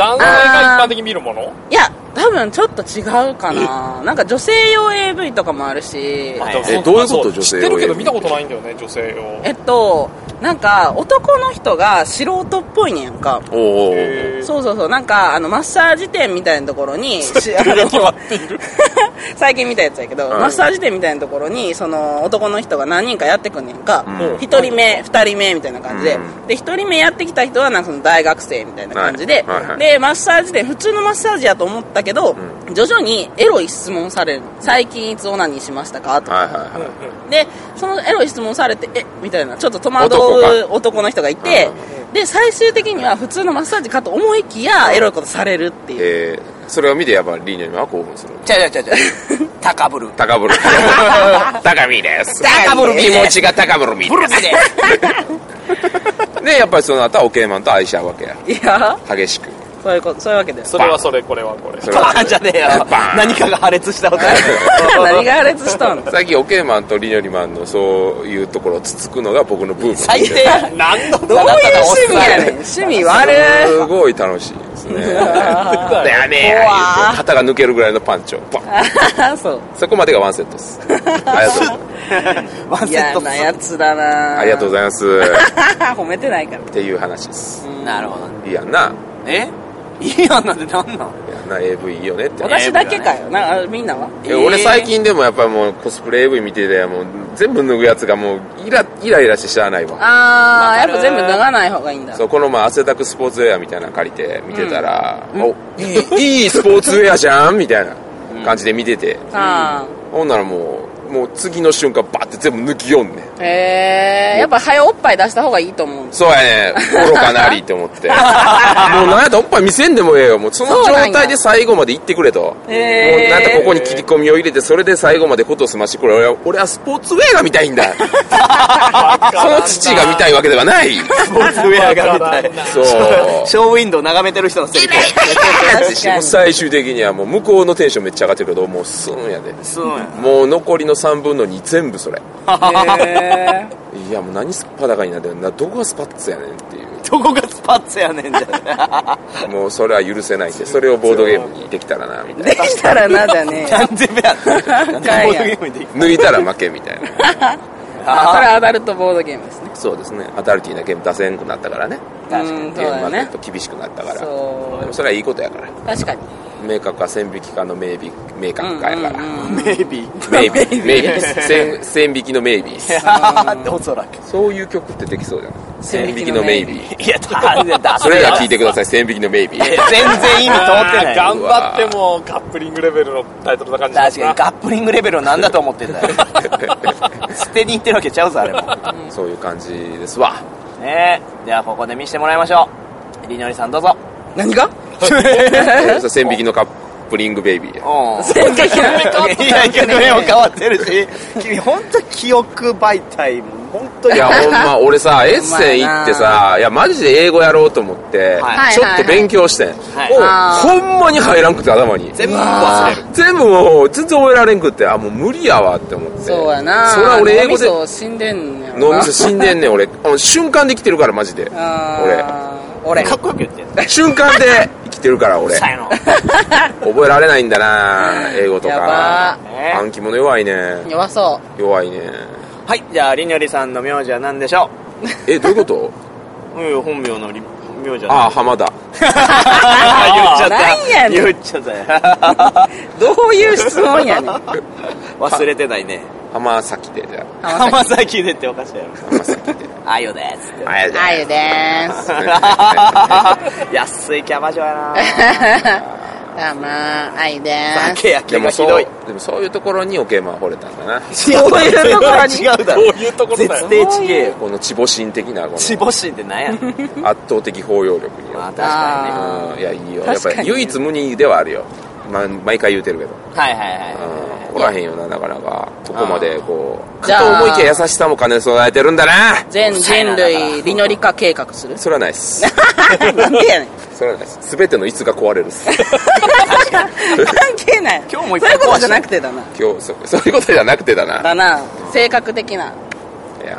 Speaker 3: 般的に見るもの
Speaker 4: いや多分ちょっと違うかななんか女性用 AV とかもあるし
Speaker 1: はい
Speaker 2: えどういうこと女
Speaker 3: 知
Speaker 2: 性
Speaker 3: っ
Speaker 2: を
Speaker 3: てるけど見たことないんだよね、女性を。
Speaker 4: えっとなんか男の人が素人っぽいねんやんか
Speaker 2: おおお
Speaker 3: えー
Speaker 4: そうそうそうなんかあのマッサージ店みたいなところにしあの 最近見たやつやけど、
Speaker 2: はい
Speaker 4: マッサージ店みたいなところにその男の人が何人かやってくんねんか、
Speaker 2: うん
Speaker 4: 一1人目2人目みたいな感じで、
Speaker 2: うん
Speaker 4: で1人目やってきた人はなんかその大学生みたいな感じで、
Speaker 2: はいはいはい
Speaker 4: でマッサージ店普通のマッサージやと思ったけど、徐々にエロい質問されるの最近いつオナニーしましたかとか
Speaker 2: はいはいはい
Speaker 4: でそのエロい質問されてえみたいなちょっと戸惑
Speaker 2: 男
Speaker 4: う男の人がいてで最終的には普通のマッサージかと思いきやエロいことされるっていう
Speaker 2: えー、それを見てやっぱりリーニョには興奮する
Speaker 1: ちゃうちゃうちゃうちゃ う高ぶる
Speaker 2: 高ぶる高見です
Speaker 4: 高ぶる
Speaker 2: 気持ちが高ぶるみ ですでやっぱりその後はオケーマンと愛し合うわけや
Speaker 4: いや
Speaker 2: 激しく
Speaker 4: そういうことそういうわけだよ
Speaker 3: それはそれ、これはこれ。
Speaker 2: それ
Speaker 1: バ
Speaker 2: は
Speaker 1: ーンじゃねえよ
Speaker 2: バーン
Speaker 1: 何かが破裂した音
Speaker 4: 何が破裂したの
Speaker 2: 最近オケーマンとリーニョリマンのそういうところをつつくのが僕のブーム
Speaker 1: 最低や
Speaker 3: 何の
Speaker 1: どう
Speaker 4: どういう
Speaker 1: いう
Speaker 4: 趣味やねん 趣味悪
Speaker 2: すごい楽しい ですねだよね
Speaker 4: 怖
Speaker 2: ああいう肩が抜けるぐらいのパンチをバン
Speaker 4: いそう
Speaker 2: そこまでがワンセットっすありがとう
Speaker 1: ワンセッ
Speaker 4: 嫌
Speaker 1: ト
Speaker 4: なやつだな
Speaker 2: ありがとうご
Speaker 4: ざい
Speaker 2: ざいますっ
Speaker 4: ます 褒めてないから
Speaker 2: ていう話です
Speaker 1: なるほど
Speaker 2: いいやんな
Speaker 1: えいいやんなんてなんな
Speaker 2: い
Speaker 1: ん
Speaker 2: いやんな AV いいよねって
Speaker 1: や
Speaker 4: 私だけかよなあみんなは
Speaker 2: え俺最近でもやっぱりもうコスプレ AV 見ててもう全部脱ぐやつがもうイライライラしてしゃあないわ
Speaker 4: あー、
Speaker 1: わか
Speaker 4: やっ
Speaker 1: る
Speaker 4: ぱ全部脱がない方がいいんだ。
Speaker 2: そうこのまあ汗だくスポーツウェアみたいなの借りて見てたら、おいいいいスポーツウェアじゃんみたいな感じで見てて、
Speaker 4: あ
Speaker 2: ほんならもうもう次の瞬間バーって全部抜きよんねん
Speaker 4: ー。へえー、やっぱ早おっぱい出した方がいいと思う。
Speaker 2: そうやね愚かなりって思って もうなんやったらおっぱい見せんでもええよもうその
Speaker 4: そう
Speaker 2: 状
Speaker 4: なんや
Speaker 2: 態で最後まで行ってくれと
Speaker 4: へ
Speaker 2: もうなんかここ
Speaker 4: に。
Speaker 2: に切り込みを入れてそれで最後までことを済ましてこれ俺は俺はスポーツウェアが見たいんだ その父が見たいわけではない
Speaker 1: スポーツウェアがみたい
Speaker 2: そう
Speaker 1: ショーウィンドウ眺めてる人のセリフ
Speaker 4: 確か
Speaker 2: もう
Speaker 4: に。
Speaker 2: 最終的にはもう向こうのテンションめっちゃ上がってるけどもうすんやで
Speaker 1: そうや
Speaker 2: もう残りの3分の2全部それ
Speaker 4: へー
Speaker 2: いやもう何すっぱだかになってるなどこがスパッツやねんっていう
Speaker 1: どこがスパッツやねんじゃ
Speaker 2: もうそれは許せないんでそれをボードゲームにできたらなみたい
Speaker 4: できたらなじゃねえよ。
Speaker 1: なんでやなんでボードゲームでいい
Speaker 2: な抜いたら負けみたい な
Speaker 4: あそれアダルトボードゲームですね。
Speaker 2: そうですねアダルティーなゲーム出せんくなったからね
Speaker 1: 確かに
Speaker 4: うん
Speaker 2: ゲ
Speaker 4: そう
Speaker 2: ーム
Speaker 4: だ
Speaker 2: マ
Speaker 4: よ
Speaker 2: ーケ
Speaker 4: ね
Speaker 2: ッ。ト厳しくなったから
Speaker 4: そう
Speaker 2: でもそれはいいことやから
Speaker 4: 確かに。
Speaker 2: 明確か線引きかの明美明確かやから、
Speaker 4: うんうんうん
Speaker 1: メイ ビー
Speaker 2: メイ ビーメイビー線線引きのメイビー
Speaker 1: おそらく
Speaker 2: そういう曲ってできそうじゃない
Speaker 4: 線
Speaker 2: 線
Speaker 4: 引
Speaker 2: 引き
Speaker 4: きの
Speaker 2: の
Speaker 4: メ
Speaker 2: メ
Speaker 4: イ
Speaker 2: イ
Speaker 4: ビ
Speaker 2: ビ
Speaker 4: ー
Speaker 2: ー
Speaker 1: いやだねだ
Speaker 2: それら聞いてください線引きのメイビー
Speaker 1: 全然意味通ってない
Speaker 3: 頑張ってもカップリングレベルのタイトルな感じだ
Speaker 1: 確かに ガップリングレベルをなんだと思ってんだよ捨てに行ってるわけちゃうぞあれも
Speaker 2: そういう感じですわ
Speaker 1: ねえではここで見してもらいましょうりのりさんどうぞ
Speaker 4: 何が
Speaker 2: そう線引きのカップリングベイビーや
Speaker 1: うん
Speaker 4: 全然やめと
Speaker 1: いや曲名も変わってるし君本当記憶媒体も本当
Speaker 2: い
Speaker 1: に
Speaker 2: やほんま俺さエッセン行ってさいやマジで英語やろうと思って、
Speaker 1: はい
Speaker 2: ちょっと勉強してん、
Speaker 1: はい
Speaker 4: あ
Speaker 2: おほんまに入らんくて頭に
Speaker 1: 全部忘れる
Speaker 2: 全部もう全然覚えられんくってあもう無理やわって思って
Speaker 4: そうやな。
Speaker 2: それは俺英語で
Speaker 4: 脳みそ死んでんねやろ
Speaker 2: 脳
Speaker 4: な
Speaker 2: みそ死んでんねん俺あの瞬間で生きてるからマジで俺
Speaker 4: あー俺。
Speaker 1: かっこよく言ってる
Speaker 2: 瞬間で生きてるから俺
Speaker 1: さよの
Speaker 2: 覚えられないんだな英語と
Speaker 4: や
Speaker 2: か
Speaker 4: ば
Speaker 2: 暗記物弱いね
Speaker 4: 弱そ
Speaker 2: 弱いね
Speaker 1: はいじゃありのりさんの名字は何でしょ
Speaker 2: えどういうこと
Speaker 1: ううん本名のり名字は
Speaker 2: ああ浜田
Speaker 1: あ
Speaker 4: なんやねん
Speaker 1: 言っちゃった言っちゃった
Speaker 4: う。どういう質問やねん。
Speaker 1: 忘れてないね
Speaker 2: 浜崎でじゃ
Speaker 1: 浜崎でっておかしいやろ
Speaker 2: あ浜崎で
Speaker 1: あよです って
Speaker 2: あや
Speaker 4: あゆでーす。
Speaker 1: 安いキャバ嬢や
Speaker 4: どうも、あゆで
Speaker 1: な
Speaker 4: ーす。
Speaker 1: 酒焼
Speaker 2: で
Speaker 1: け
Speaker 2: も
Speaker 1: がひ
Speaker 2: そ
Speaker 1: ど
Speaker 2: う
Speaker 1: い
Speaker 2: でもそういうところにオケマは惚れたんだな
Speaker 1: そういうところに違うだろ
Speaker 3: そういうところだ
Speaker 1: 絶
Speaker 3: よ
Speaker 1: 対ちげえよ
Speaker 2: このチボシン的なこの
Speaker 1: 死
Speaker 2: 圧
Speaker 1: 母心ってなんやねん
Speaker 2: 倒的包容力によ
Speaker 1: まあ確
Speaker 2: っ
Speaker 1: か
Speaker 4: あ
Speaker 2: てうんいやいいよやっ
Speaker 4: 確か
Speaker 2: ぱ
Speaker 4: に
Speaker 2: り唯一無二ではあるよま毎回言うてるけど
Speaker 1: にねはいはいはい
Speaker 2: うんおらへんよななかなかここまでこう
Speaker 4: じゃ
Speaker 2: か
Speaker 4: あ
Speaker 2: と思いきや優しさも兼ね備えてるんだな
Speaker 4: 全人類、リノリ化計画する
Speaker 2: それはないっ す
Speaker 4: なんでやねん。
Speaker 2: それはないっす全てのいつが壊れるっす
Speaker 4: 関係ない。
Speaker 1: 今日もいっ
Speaker 4: そ
Speaker 1: ぱ
Speaker 4: うい
Speaker 1: いう
Speaker 4: ことじゃなくてだな。
Speaker 2: 今日そ そういうことじゃなくてだな
Speaker 4: だな。性格的な。
Speaker 2: いや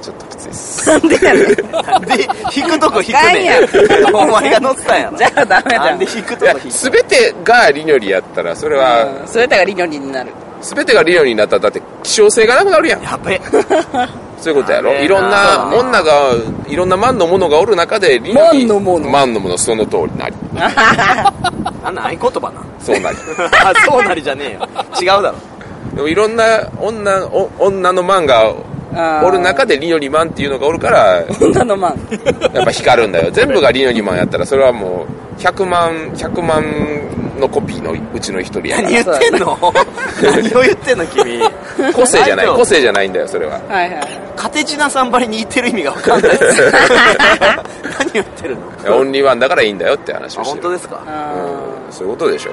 Speaker 2: ーちょっときついっす
Speaker 4: なんでやねん。
Speaker 1: で引くとこ引く
Speaker 4: あ
Speaker 1: ねんお前が乗ってたんやな
Speaker 4: じゃあダメだ
Speaker 1: なん
Speaker 4: よ
Speaker 1: で。引く
Speaker 2: い
Speaker 1: と
Speaker 2: や
Speaker 1: こ引く
Speaker 2: 全てがリニョリやったらそれは
Speaker 4: うんそれだがリノリになる。
Speaker 2: 全てがリニョリになったらだって希少性がなくなるやん
Speaker 1: やべ
Speaker 2: そういうことや
Speaker 1: やべ
Speaker 2: ろろ
Speaker 1: えない
Speaker 2: んな女がいろんな万のものがおる中でリニョリ
Speaker 4: 万のもの
Speaker 2: 万のものその通りなり
Speaker 1: あんな合言葉な
Speaker 2: そう なり
Speaker 1: あそうなりじゃねえよ違うだろ
Speaker 2: でもいろんな女お女のマンがおる中でリノリマンっていうのがおるから や
Speaker 4: 女のマン。
Speaker 2: っぱ光るんだよ全部がリノリマンやったらそれはもう100万100万のコピーのうちの一人やか
Speaker 1: 何
Speaker 2: ら
Speaker 1: 言ってんの何を言ってんの君
Speaker 2: 個性じゃない
Speaker 1: 大丈夫
Speaker 2: 個性じゃないんだよそれ は
Speaker 4: はいはい。
Speaker 1: カテチナさんばりに言ってる意味が分かん ない何言ってるの
Speaker 2: いやオンリーワンだからいいんだよって話
Speaker 1: あ
Speaker 2: をして
Speaker 1: 本当
Speaker 2: る
Speaker 1: ですか
Speaker 4: あ
Speaker 2: うんそういうことでしょ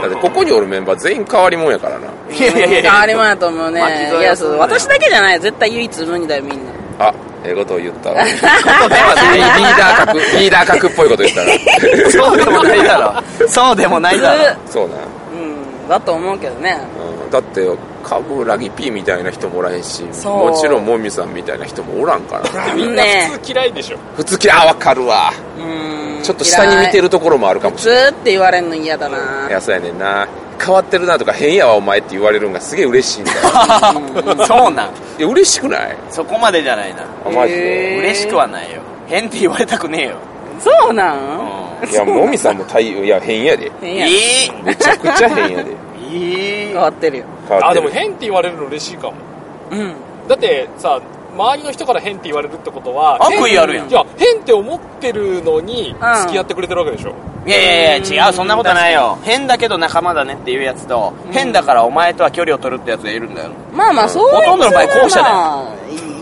Speaker 2: だってここにおるメンバー全員変わりもんやからな
Speaker 1: いうやいやいやい
Speaker 4: 変わ
Speaker 1: や
Speaker 4: り者やと思うね。
Speaker 1: 巻き添え
Speaker 4: いや、そう
Speaker 1: そうだよ
Speaker 4: 私だけじゃない。絶対唯一無二だよ、みんな。
Speaker 2: あええことを言った わリーダー格リーダー格っぽいこと言った な
Speaker 1: そうでもないだろそうでもないだろ
Speaker 2: そうなん
Speaker 4: うん。だと思うけどね。
Speaker 2: うんだって冠城 P みたいな人もおらへんし
Speaker 4: そう
Speaker 2: もちろんもみさんみたいな人もおらんから
Speaker 3: みんな普通嫌いでしょ
Speaker 2: 普通嫌いあわかるわ
Speaker 4: うん。
Speaker 2: ちょっと下に見て
Speaker 4: る。
Speaker 2: るところもあるかもし
Speaker 4: ずーって言われんの嫌だな
Speaker 2: れない。いやそうやねんな変わってるなとか変やわお前って言われるのがすげえ嬉しい んだよ
Speaker 1: そうなん
Speaker 2: いや嬉しくない
Speaker 1: そこまでじゃないな
Speaker 2: あマジで
Speaker 4: へー
Speaker 1: 嬉しくはないよ変って言われたくねえよ
Speaker 4: そうなん
Speaker 2: いやもみさんも対応いや変やで
Speaker 4: 変や。
Speaker 1: え
Speaker 2: めちゃくちゃ変やで
Speaker 1: えいい
Speaker 4: 変わってるよ。
Speaker 2: 変わ
Speaker 3: あ
Speaker 2: って
Speaker 3: で
Speaker 2: る
Speaker 3: も変って言われるの嬉しいかも
Speaker 4: うん。
Speaker 3: だってさ周りの人から変って言われるってことは
Speaker 1: 悪意あるやん
Speaker 3: じゃ変って思ってるのに
Speaker 4: うん
Speaker 3: 付き合ってくれてるわけでしょ、
Speaker 1: いやいやいや違うそんなことないよ変だけど仲間だねっていうやつと、変だからお前とは距離を取るってやつがいるんだよ
Speaker 4: まあまあ、そういう
Speaker 1: ほとんどの場合後者だよ
Speaker 4: ま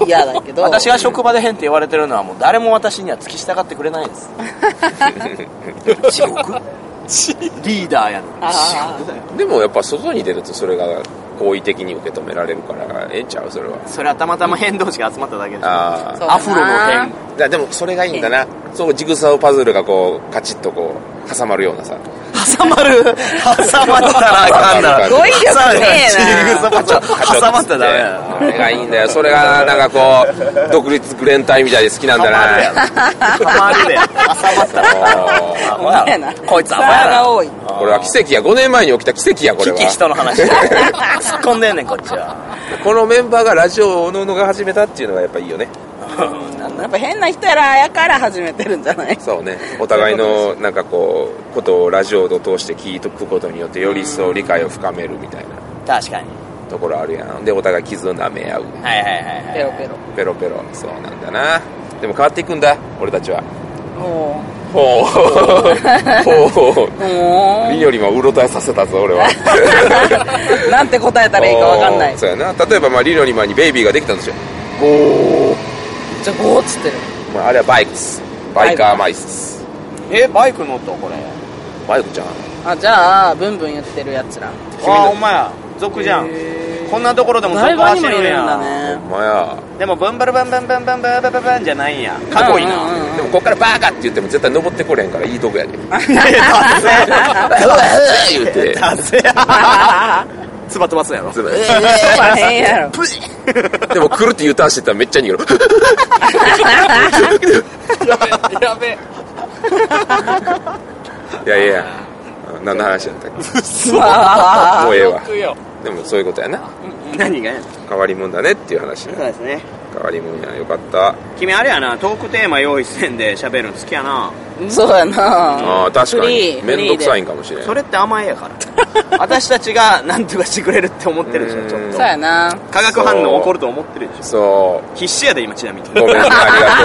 Speaker 4: あ嫌だけど。
Speaker 1: 私が職場で変って言われてるのはもう誰も私には付き従ってくれないです地獄リーダーやのに地
Speaker 4: あー
Speaker 1: 獄だよ
Speaker 2: でもやっぱ外に出るとそれが好意的に受け止められるからええんちゃうそれは
Speaker 1: それはたまたま変同士が集まっただけでしょ
Speaker 2: あ
Speaker 4: そう
Speaker 2: あ
Speaker 4: だな
Speaker 1: アフロの変
Speaker 2: だからでもそれがいいんだなそうジグソーパズルがこうカチッとこう挟まるようなさ
Speaker 1: 挟まる挟まったらあかんだろ
Speaker 2: 語彙
Speaker 4: 力ねえ
Speaker 1: 挟ま
Speaker 4: な
Speaker 1: ったら挟まったらダメだよ
Speaker 2: それがいいんだよそれがなんかこう独立グレン隊みたいで好きなんだな
Speaker 1: ハマるで挟まったら
Speaker 2: あ
Speaker 4: ほんまやな。
Speaker 1: こいつ
Speaker 4: サ
Speaker 1: 甘やな
Speaker 4: が多い。
Speaker 2: ーこれは奇跡や5年前に起きた奇跡やこれ
Speaker 1: 危
Speaker 2: は
Speaker 1: 機人の話突っ込んでんねんこっちは
Speaker 2: このメンバーがラジオをおのおのが始めたっていうのがやっぱいいよね
Speaker 4: やっぱ変な人やら、やから始めてるんじゃない
Speaker 2: そうねお互いのなんかこうことをラジオを通して聞いとくことによってより一層理解を深めるみたいな
Speaker 1: 確かに
Speaker 2: ところあるやんでお互い傷を舐め合う
Speaker 1: はいはいはいはい
Speaker 4: ペロペロ。
Speaker 2: ペロペロそうなんだなでも変わっていくんだ俺たちは
Speaker 4: も
Speaker 2: ほうほうほう
Speaker 4: う、も
Speaker 2: りよりもうろたえさせたぞ俺は
Speaker 4: う、なんて答えたらいいかわかんない。
Speaker 2: そうやな例えば、まあ、りよりまにベイビーができたんですよ
Speaker 4: じゃあ、ゴーっつってる。
Speaker 2: まあ、あれはバイクスバイカーマイス
Speaker 1: えバイク乗ったこれ
Speaker 2: バイクちゃん
Speaker 4: あ、じゃあ、ブンブン言ってるやつら。
Speaker 2: 君の
Speaker 1: あお前や族じゃんこんなところでも
Speaker 4: だい
Speaker 1: 族
Speaker 4: ぶアニ
Speaker 1: 走
Speaker 4: メ
Speaker 1: る
Speaker 4: いるん
Speaker 1: ん
Speaker 4: だ
Speaker 1: や
Speaker 4: ね。
Speaker 2: まあや
Speaker 1: でもブンブルブンブンブンブンブンブンブンブンじゃないんやか っこいいな
Speaker 4: うんうんうん
Speaker 2: でもこっからバーカって言っても絶対登ってこれへんからいいとこやね言うて
Speaker 1: 達成 つば飛ばすやろ
Speaker 2: つま
Speaker 4: そうは変やろ。
Speaker 1: プシ
Speaker 2: でも来るって U ターンしてたらめっちゃ逃げ る
Speaker 3: やべえ
Speaker 2: いやいや何の話だったっけもうええわ
Speaker 3: よくよ
Speaker 2: でもそういうことやな
Speaker 1: 何がや
Speaker 2: 変わり者だねっていう話
Speaker 1: そう
Speaker 2: ね
Speaker 1: ですね
Speaker 2: 変わり者やよかった
Speaker 1: 君あれやなトークテーマ用意せんで喋るの好きやな
Speaker 4: そうやな
Speaker 2: ああ確か
Speaker 4: フリ
Speaker 2: に
Speaker 4: ー
Speaker 2: 面倒くさいん
Speaker 4: フリーで
Speaker 2: かもしれん
Speaker 1: それって甘えや から私たちが何とかしてくれるって思ってるでしょちょっと
Speaker 4: そうやな
Speaker 1: 化学反応起こると思ってるでし
Speaker 2: そ
Speaker 1: ょ必死やで今ちなみに
Speaker 2: うごめんねありがと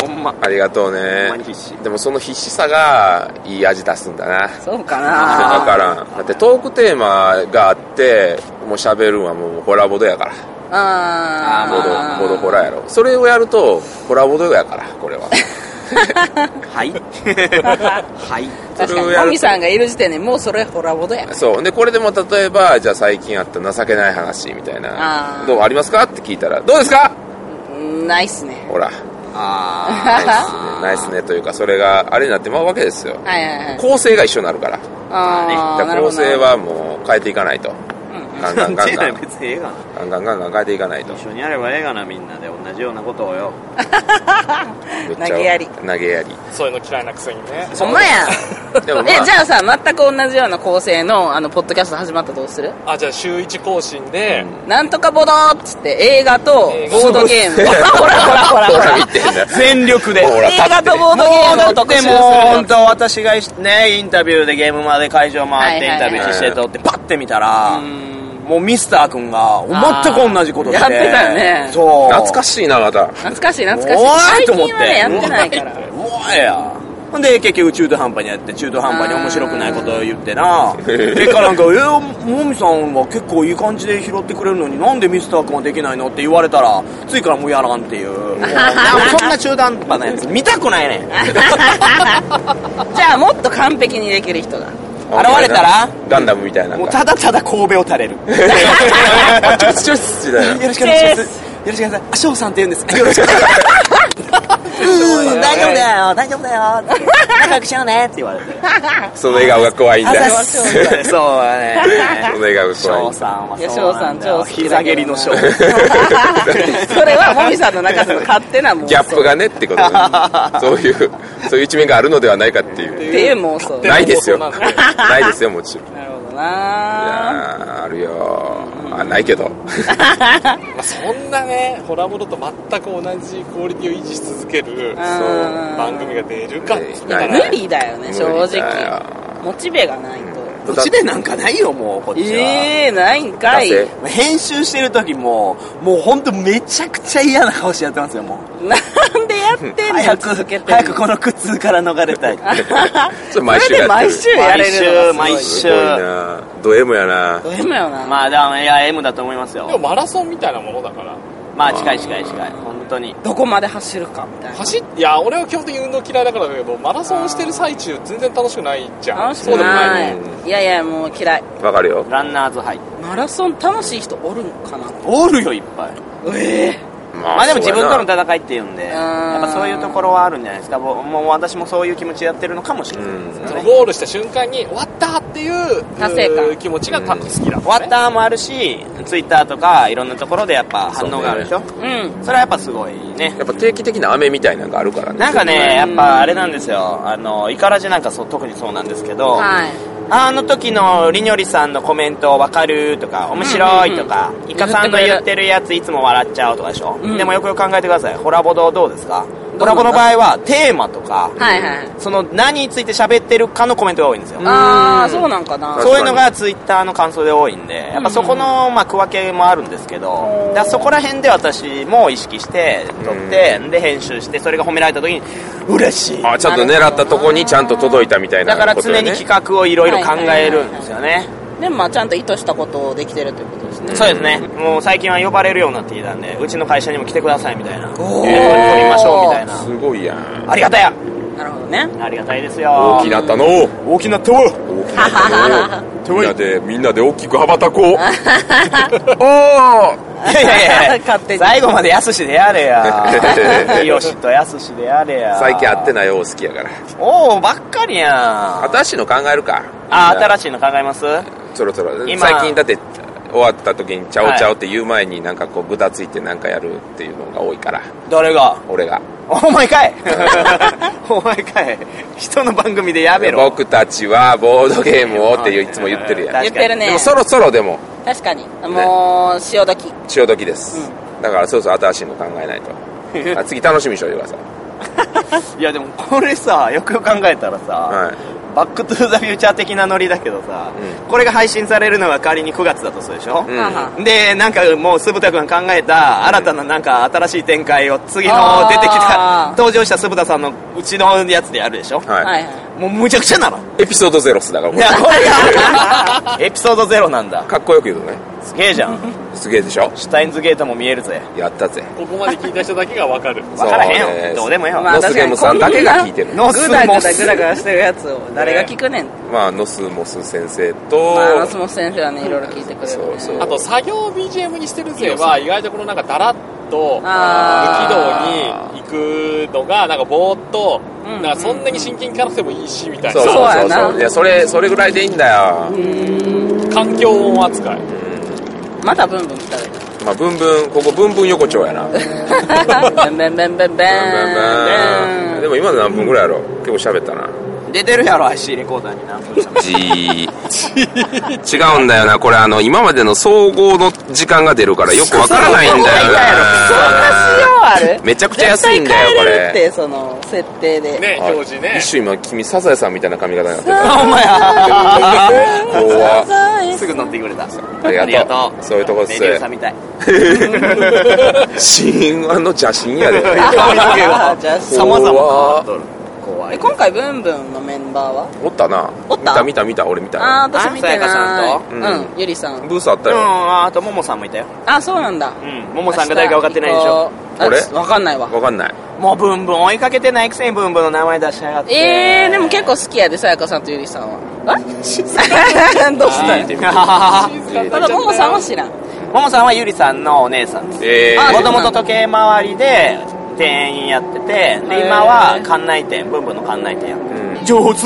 Speaker 1: ほ
Speaker 2: うね
Speaker 1: んま
Speaker 2: ありがとう
Speaker 1: ほん
Speaker 2: ね
Speaker 1: まに必死
Speaker 2: でもその必死さがいい味出すんだな
Speaker 4: そうか
Speaker 2: だ
Speaker 4: な
Speaker 2: からんだってトークテーマがあってもう喋るんはもうホラボドやから
Speaker 4: あ
Speaker 2: ボ
Speaker 4: ー
Speaker 2: ドボドホラやろそれをやるとホラボドやからこれ は
Speaker 1: はい はい
Speaker 4: 確
Speaker 2: それをや
Speaker 4: かに
Speaker 2: る
Speaker 4: モミさんがいる時点でもうそれホラボドや
Speaker 2: そうでこれでも例えばじゃあ最近あった情けない話みたい
Speaker 4: あ
Speaker 2: な
Speaker 4: ー
Speaker 2: どうありますかって聞いたらどうですか
Speaker 4: うんないっすね
Speaker 2: ほら
Speaker 1: あ
Speaker 2: ナイスねナイスねというかそれがあれになってまうわけですよ
Speaker 4: はいはいはい
Speaker 2: 構成が一緒になるから
Speaker 4: あ
Speaker 2: だ
Speaker 4: あ
Speaker 2: か
Speaker 4: な
Speaker 2: ら
Speaker 4: る
Speaker 2: 構
Speaker 4: ほどな
Speaker 2: 成はもう変えていかないと、ガン
Speaker 1: ー
Speaker 2: ガ ンガンガン
Speaker 1: 別にええがな
Speaker 2: ガンガンガンガン変えていかないと
Speaker 1: 一緒にやればええがなみんなで同じようなことをよ
Speaker 2: めっ
Speaker 4: 投げやり
Speaker 2: 投げやり
Speaker 3: そういうの嫌いなくせにね
Speaker 4: ほんまや
Speaker 2: でもまあ
Speaker 4: えじゃあさ全く同じような構成のあのポッドキャスト始まったらどうする
Speaker 3: あじゃあ週一更新で、
Speaker 4: なんとかボドーっつって映画と
Speaker 3: 映画
Speaker 4: ボードゲームほらほらほら
Speaker 2: ほ
Speaker 4: ほ
Speaker 2: ら
Speaker 4: ら
Speaker 2: 見てんだ
Speaker 1: 全力で
Speaker 2: ほら
Speaker 4: 映画とボードゲームを特集
Speaker 1: ですも
Speaker 4: る
Speaker 1: 本当私がねインタビューでゲームまで会場回ってイ
Speaker 4: は
Speaker 1: ン
Speaker 4: いは
Speaker 1: タ
Speaker 4: いは
Speaker 1: ビ
Speaker 4: い
Speaker 1: ューしてとってパッて見たら
Speaker 4: うん
Speaker 1: もうミスター君が全く同じことで
Speaker 4: あーやってたよね
Speaker 1: そう
Speaker 2: 懐かしいなまた
Speaker 4: 懐かしい懐か
Speaker 1: お
Speaker 4: し
Speaker 1: ー
Speaker 4: い
Speaker 1: いと思って
Speaker 4: 最近はねやってないから
Speaker 1: うわやほんで結局中途半端にやって中途半端に面白くないことを言ってな結果なんか「えー、もみさんは結構いい感じで拾ってくれるのになんでミスター君はできないの?」って言われたらついからもうやらんって いうもうそんな中途半端なやつ見たくないねん現
Speaker 4: じゃあもっと完璧にできる人 だ
Speaker 1: れたら
Speaker 2: ガンダムみたいな
Speaker 1: もうただただ神戸を垂れるよ
Speaker 2: あちょっとちょっとちょっとだよ
Speaker 1: ろしくお願いしますよろしくお願いしますあ翔さんって言うんですよろしくうーん大丈夫だよ大丈夫だよ仲良くしようねって言われて
Speaker 2: その笑顔が怖いんだよ そ
Speaker 1: そうだねそうだね
Speaker 2: の笑顔が怖い
Speaker 1: 翔さんは
Speaker 4: や
Speaker 1: そうなんだよ
Speaker 4: 翔さん超好きだけどな
Speaker 1: 膝蹴りの翔
Speaker 4: それはもみさんの中での勝手な妄想
Speaker 2: ギャップがねってことだねそういうそういう一面があるのではないかっていう
Speaker 4: っていう妄想
Speaker 2: ないですよ
Speaker 3: そうなん
Speaker 2: ないですよもちろんい
Speaker 4: なるほど
Speaker 2: や
Speaker 4: な
Speaker 2: ーあるよあないけど
Speaker 3: まあ、そんなねホラボロと全く同じクオリティを維持し続ける
Speaker 4: うん
Speaker 3: 番組が出るかって言った
Speaker 2: な
Speaker 3: ら
Speaker 2: い
Speaker 4: 無理だよね正
Speaker 2: 無理だよ
Speaker 4: 直モチベがないと
Speaker 1: 落ち目なんかないよ、もう、こっちは。
Speaker 4: ええー、ないんかい。
Speaker 2: 出
Speaker 1: 編集してる時も、もうほんとめちゃくちゃ嫌な顔してやってますよ、 もう。
Speaker 4: なんでやってんの
Speaker 1: 早く、
Speaker 4: 続けてんの
Speaker 1: 早く この苦痛から逃れたい。
Speaker 2: それ毎週
Speaker 4: それで
Speaker 2: やってる
Speaker 4: 毎週やれるのがすごい
Speaker 1: 毎週
Speaker 2: すごいなド M やな
Speaker 4: ド M よな、
Speaker 1: まあ、だからいや、M だと思います
Speaker 3: でも
Speaker 1: よ。
Speaker 3: マラソンみたいなものだから
Speaker 1: まあ、近い近い近い。本当に。
Speaker 4: どこまで走るかみたいな
Speaker 3: 走っいや俺は基本的に運動嫌いだからだけどマラソンしてる最中全然楽しくないじゃん
Speaker 4: 楽し
Speaker 3: そ
Speaker 4: く
Speaker 3: うでもない
Speaker 4: ないいやいやもう嫌い
Speaker 2: わかるよ
Speaker 1: ランナーズハイ。
Speaker 4: マラソン楽しい人おるのかな
Speaker 1: おるよ、いっぱい。
Speaker 4: ええ
Speaker 2: ま
Speaker 1: まあでも自分との
Speaker 2: だ
Speaker 1: 戦いっていうんで、やっぱそういうところはあるんじゃないですか。もうもう私もそういう気持ちでやってるのかもしれないですね
Speaker 2: う
Speaker 3: そのゴールした瞬間に終わったっていう
Speaker 4: 達成感
Speaker 3: うー気持ちが多分好きだ
Speaker 1: 終わったもあるし、ツイッターとかいろんなところでやっぱ反応があるでしょ。
Speaker 4: うん
Speaker 1: それはやっぱすごいね
Speaker 2: や。っぱ定期的な雨みたいなのがあるからね
Speaker 1: なんかね、やっぱあれなんですよ。あの、イカラジなんかそう特にそうなんですけど、
Speaker 4: はい
Speaker 1: あの時のりにょりさんのコメントわかるとか、面白いとか、イカさんの言ってるやついつも笑っちゃうとかでしょ。
Speaker 4: うん
Speaker 1: でもよくよく考えてください。ホラボドどうですか
Speaker 4: だ
Speaker 1: ホラボの場合はテーマとか、
Speaker 4: はいはい
Speaker 1: その何について喋ってるかのコメントが多いんですよ。
Speaker 4: ああそうなんかな
Speaker 2: 確かに
Speaker 1: そういうのがツイッターの感想で多いんで、やっぱそこの、まあ、区分けもあるんですけど、だからそこら辺で私も意識して、撮って、で、編集して、それが褒められた時に、嬉しい。
Speaker 2: あちゃんと狙ったとこにちゃんと届いたみたいな
Speaker 1: だから
Speaker 2: ことよ
Speaker 1: 常
Speaker 2: ね
Speaker 1: に企画をいろいろ考えるんですよね。
Speaker 4: でもまあちゃんと意図したことをできてるということですね
Speaker 1: そうですね。もう最近は呼ばれるようになってきたんで、うちの会社にも来てくださいみたいな。
Speaker 4: お
Speaker 1: えー
Speaker 4: ー
Speaker 1: 撮りましょうみたいな。
Speaker 2: すごいやん
Speaker 1: ありがたや
Speaker 4: なるほどね
Speaker 1: ありがたいですよ。
Speaker 2: 大きなったのを
Speaker 1: 大きなったわ
Speaker 2: 大きなったのをみんなでみんなで大きく羽ばたこうおー
Speaker 1: いやいや いや
Speaker 4: 勝手に
Speaker 1: 最後までやすしでやれや。よしとやすしでやれや。
Speaker 2: 最近会って
Speaker 1: ない。
Speaker 2: ないお好きやから
Speaker 1: おおばっかりやん。
Speaker 2: 新しいの考えるか
Speaker 1: あ、
Speaker 2: みんな
Speaker 1: 新しいの考えます
Speaker 2: そろそろ
Speaker 1: 今
Speaker 2: 最近だって終わった時に「ちゃおちゃお」って言う前になんかこうぐだついてなんかやるっていうのが多いから
Speaker 1: 誰が
Speaker 2: 俺が
Speaker 1: お前かい お前かい人の番組でやめろ。
Speaker 2: 僕たちはボードゲームをっていういつも言ってるやん
Speaker 1: 確かに
Speaker 4: 言ってる
Speaker 2: で
Speaker 4: ね
Speaker 2: もそろそろでも
Speaker 4: 確かにもう潮時
Speaker 2: 潮時です、だからそろそろ新しいの考えないと あ次楽しみにしといてください
Speaker 1: いやでもこれさ、よくよく考えたらさ、
Speaker 2: はい
Speaker 1: バックトゥーザフューチャー的なノリだけどさ、
Speaker 2: う
Speaker 1: これが配信されるのが仮に9月だとするでしょ、
Speaker 2: うん
Speaker 4: はは
Speaker 1: で、なんかもう、ぶたくんが考えた、新たななんか新しい展開を次の
Speaker 4: あー
Speaker 1: 出てきた、登場したぶたさんのうちのやつでやるでしょ、
Speaker 2: はい、
Speaker 4: はいはい
Speaker 1: もうむちゃくちゃなの。
Speaker 2: エピソードゼロっすだからこ
Speaker 1: い
Speaker 2: れ
Speaker 1: や、これが、 エピソードゼロなんだ。
Speaker 2: かっこよく言うとね
Speaker 1: すげえじゃん。
Speaker 2: すげえでしょ
Speaker 1: シュタインズゲートも見えるぜ。
Speaker 2: やったぜ
Speaker 3: ここまで聞いた人だけが分かる
Speaker 1: わからへんよ
Speaker 2: そうね
Speaker 1: どうでもええわ
Speaker 4: まあ
Speaker 2: ノスゲームさんだけが聞いてる
Speaker 1: ノ
Speaker 4: グ
Speaker 1: ス
Speaker 4: ダ
Speaker 1: モ
Speaker 4: グダ
Speaker 1: ス
Speaker 4: グダグダしてるやつを誰が聞くねん
Speaker 2: まあノスモス先生と、
Speaker 4: まあ松本先生はねいろいろ聞いてくれるね
Speaker 2: そうそう
Speaker 3: あと作業 BGM にしてる勢は意外とこのなんかだらっと
Speaker 4: あ
Speaker 3: 無軌道に行くのがなんかぼーっと
Speaker 4: うん
Speaker 3: なんかそんなに真剣に聞かなくてもいいしみたい
Speaker 2: そうそう
Speaker 3: な
Speaker 2: そ
Speaker 4: そうや
Speaker 2: う
Speaker 4: な
Speaker 2: そういやそれそれぐらいでいいんだよ、
Speaker 3: 環境音扱い
Speaker 4: またブンブン来たで
Speaker 2: まあブンブンここブンブン横丁やな
Speaker 4: ベ ンベンベンベンベン
Speaker 2: でも今の何分ぐらいやろ結構喋ったな
Speaker 1: 出てるやろ、IC レコーダーにな。
Speaker 2: じー違うんだよなこれあの今までの総合の時間が出るからよくわからないんだよ
Speaker 4: そんな仕様ある
Speaker 2: めちゃくちゃ安いんだよこ
Speaker 4: 絶対変えれる
Speaker 2: れ
Speaker 4: ってその設定で
Speaker 3: ね
Speaker 2: はい
Speaker 3: 表示ね
Speaker 2: 一瞬今君サザエさんみたいな髪型になってる
Speaker 1: お前
Speaker 2: 怖っ
Speaker 1: すぐ乗ってくれた。
Speaker 2: ありがとうそういうとこっす
Speaker 1: レデューサーみたい。
Speaker 2: 神話の邪神やで
Speaker 4: じゃあ
Speaker 1: さまざま
Speaker 2: 怖っ
Speaker 1: 怖
Speaker 4: え
Speaker 1: い。
Speaker 4: 今回ブンブンのメンバーは
Speaker 2: おったな
Speaker 4: おった
Speaker 2: 見た見た見た俺見
Speaker 4: ああ
Speaker 2: た
Speaker 4: 私見てない
Speaker 1: あさやか
Speaker 2: さんと
Speaker 4: うんゆりさん
Speaker 2: ブースあった
Speaker 1: うん、
Speaker 2: よ
Speaker 1: あと、ももさんもいたよ。
Speaker 4: あそうなんだ
Speaker 1: うん、ももさんが誰か分かってないでしょ。
Speaker 4: 明日行こう
Speaker 2: 俺
Speaker 4: あわかんないわ
Speaker 2: わかんない
Speaker 1: もう、ブンブン追いかけてないくせにブンブンの名前出しやがって。
Speaker 4: えー、でも結構好きやでさやかさんとゆりさんはあ どうしたん やただももさんは知らん
Speaker 1: ももさんはゆりさんのお姉さんです。
Speaker 2: えー
Speaker 4: あ
Speaker 1: もともと時計回りで、店員やってて、で、今は館内店、ブンブンの館内店やってる。
Speaker 2: うん
Speaker 1: 上手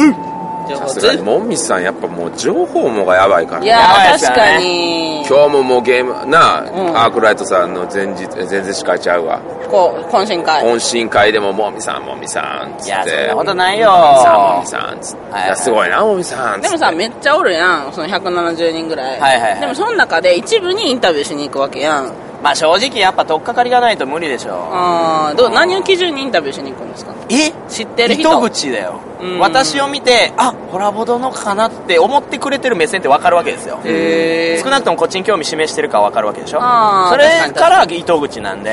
Speaker 4: 情報
Speaker 2: さすがにもんみさんやっぱもう情報もがやばいから
Speaker 4: い
Speaker 2: ね
Speaker 4: や
Speaker 1: やばい
Speaker 4: ー
Speaker 1: ですよ
Speaker 4: 確
Speaker 1: ね
Speaker 4: かに
Speaker 2: 今日ももうゲームなあ、
Speaker 4: うん
Speaker 2: アークライトさんの前日え前日会ちゃうわ
Speaker 4: こう懇親会
Speaker 2: 懇親会でももみさんもみさんっつって
Speaker 1: いや、そんなことない
Speaker 2: も
Speaker 1: よ
Speaker 2: み。さんもみさんっつって、
Speaker 1: はい
Speaker 2: いやすごいなもみさんっつって
Speaker 4: でもさめっちゃおるやんその170人ぐらい
Speaker 1: はいはいはい
Speaker 4: でもその中で一部にインタビューしに行くわけやん
Speaker 1: まあ正直やっぱ取っかかりがないと無理でしょ。
Speaker 4: あーどう何を基準にインタビューしに行くんですか
Speaker 1: え
Speaker 4: 知ってる人
Speaker 1: 糸口だよ
Speaker 4: うん
Speaker 1: 私を見てあホラボドのかなって思ってくれてる目線って分かるわけですよ
Speaker 4: へー
Speaker 1: 少なくともこっちに興味示してるかは分かるわけでしょ
Speaker 4: あー
Speaker 1: それ
Speaker 4: 確かに
Speaker 1: から糸口なんで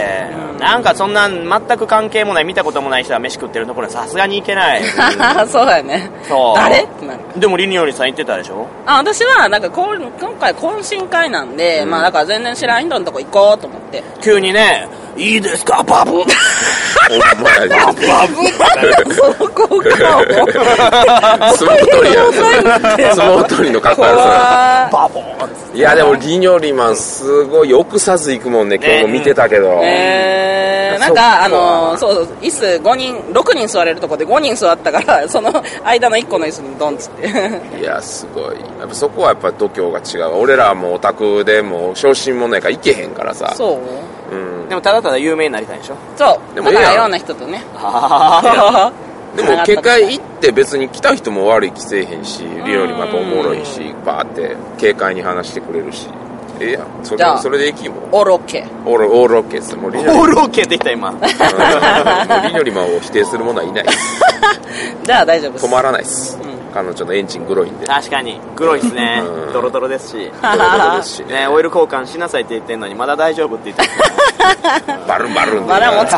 Speaker 4: うん
Speaker 1: なんかそんな全く関係もない見たこともない人は飯食ってるところにさすがに行けない
Speaker 4: そうだよね
Speaker 1: そう
Speaker 4: 誰ってなる
Speaker 1: でもリニオリさん言ってたでしょ
Speaker 4: あ私はなんかこん今回懇親会なんで、まあだから全然知らん人のとこ行こうと思 って
Speaker 1: 急にねいいですかバブ
Speaker 2: お前
Speaker 4: あぶったその効果を
Speaker 2: 相撲取りや相撲取りのかっこ悪さ
Speaker 4: 怖
Speaker 1: バボーンっつっ
Speaker 2: いやでもリニョリマンすごいよくさず行くもんね今日も見てたけど、
Speaker 4: いえー、なんかあのそうそう椅子5人6人座れるとこで5人座ったから その間の1個の椅子にドンっつ って
Speaker 2: いやすごいやっぱそこはやっぱ度胸が違う俺らはもうオタクでもう昇進もないから行けへんからさ
Speaker 4: そう
Speaker 2: うん、
Speaker 1: でもただただ有名になりたいでしょ
Speaker 4: そう
Speaker 2: でも
Speaker 4: だ
Speaker 2: いいやん
Speaker 4: からいろんな人とね
Speaker 2: でも
Speaker 4: 繋がった
Speaker 2: 結果行って別に来た人も悪い気せえへんしリオリもやっぱおもろいしバーって軽快に話してくれるしええやんそ
Speaker 4: じ
Speaker 2: れ
Speaker 4: ゃあ
Speaker 2: それでいきも
Speaker 4: おろけ
Speaker 2: オールオールオッケーです もうリニョリ
Speaker 1: オールオッケーできた今
Speaker 2: うんもうリニョリマンを否定する者はいないです
Speaker 4: じゃあ大丈夫です
Speaker 2: 止 まらないです、
Speaker 4: う
Speaker 2: 彼女のエンジングロいんで
Speaker 1: 確かに黒いっすね
Speaker 2: うん
Speaker 1: ドロドロですし
Speaker 2: ドロドロですし
Speaker 1: ね、オイル交換しなさいって言ってんのにまだ大丈夫 って言ってる
Speaker 2: バルンバルン
Speaker 4: バラ持つ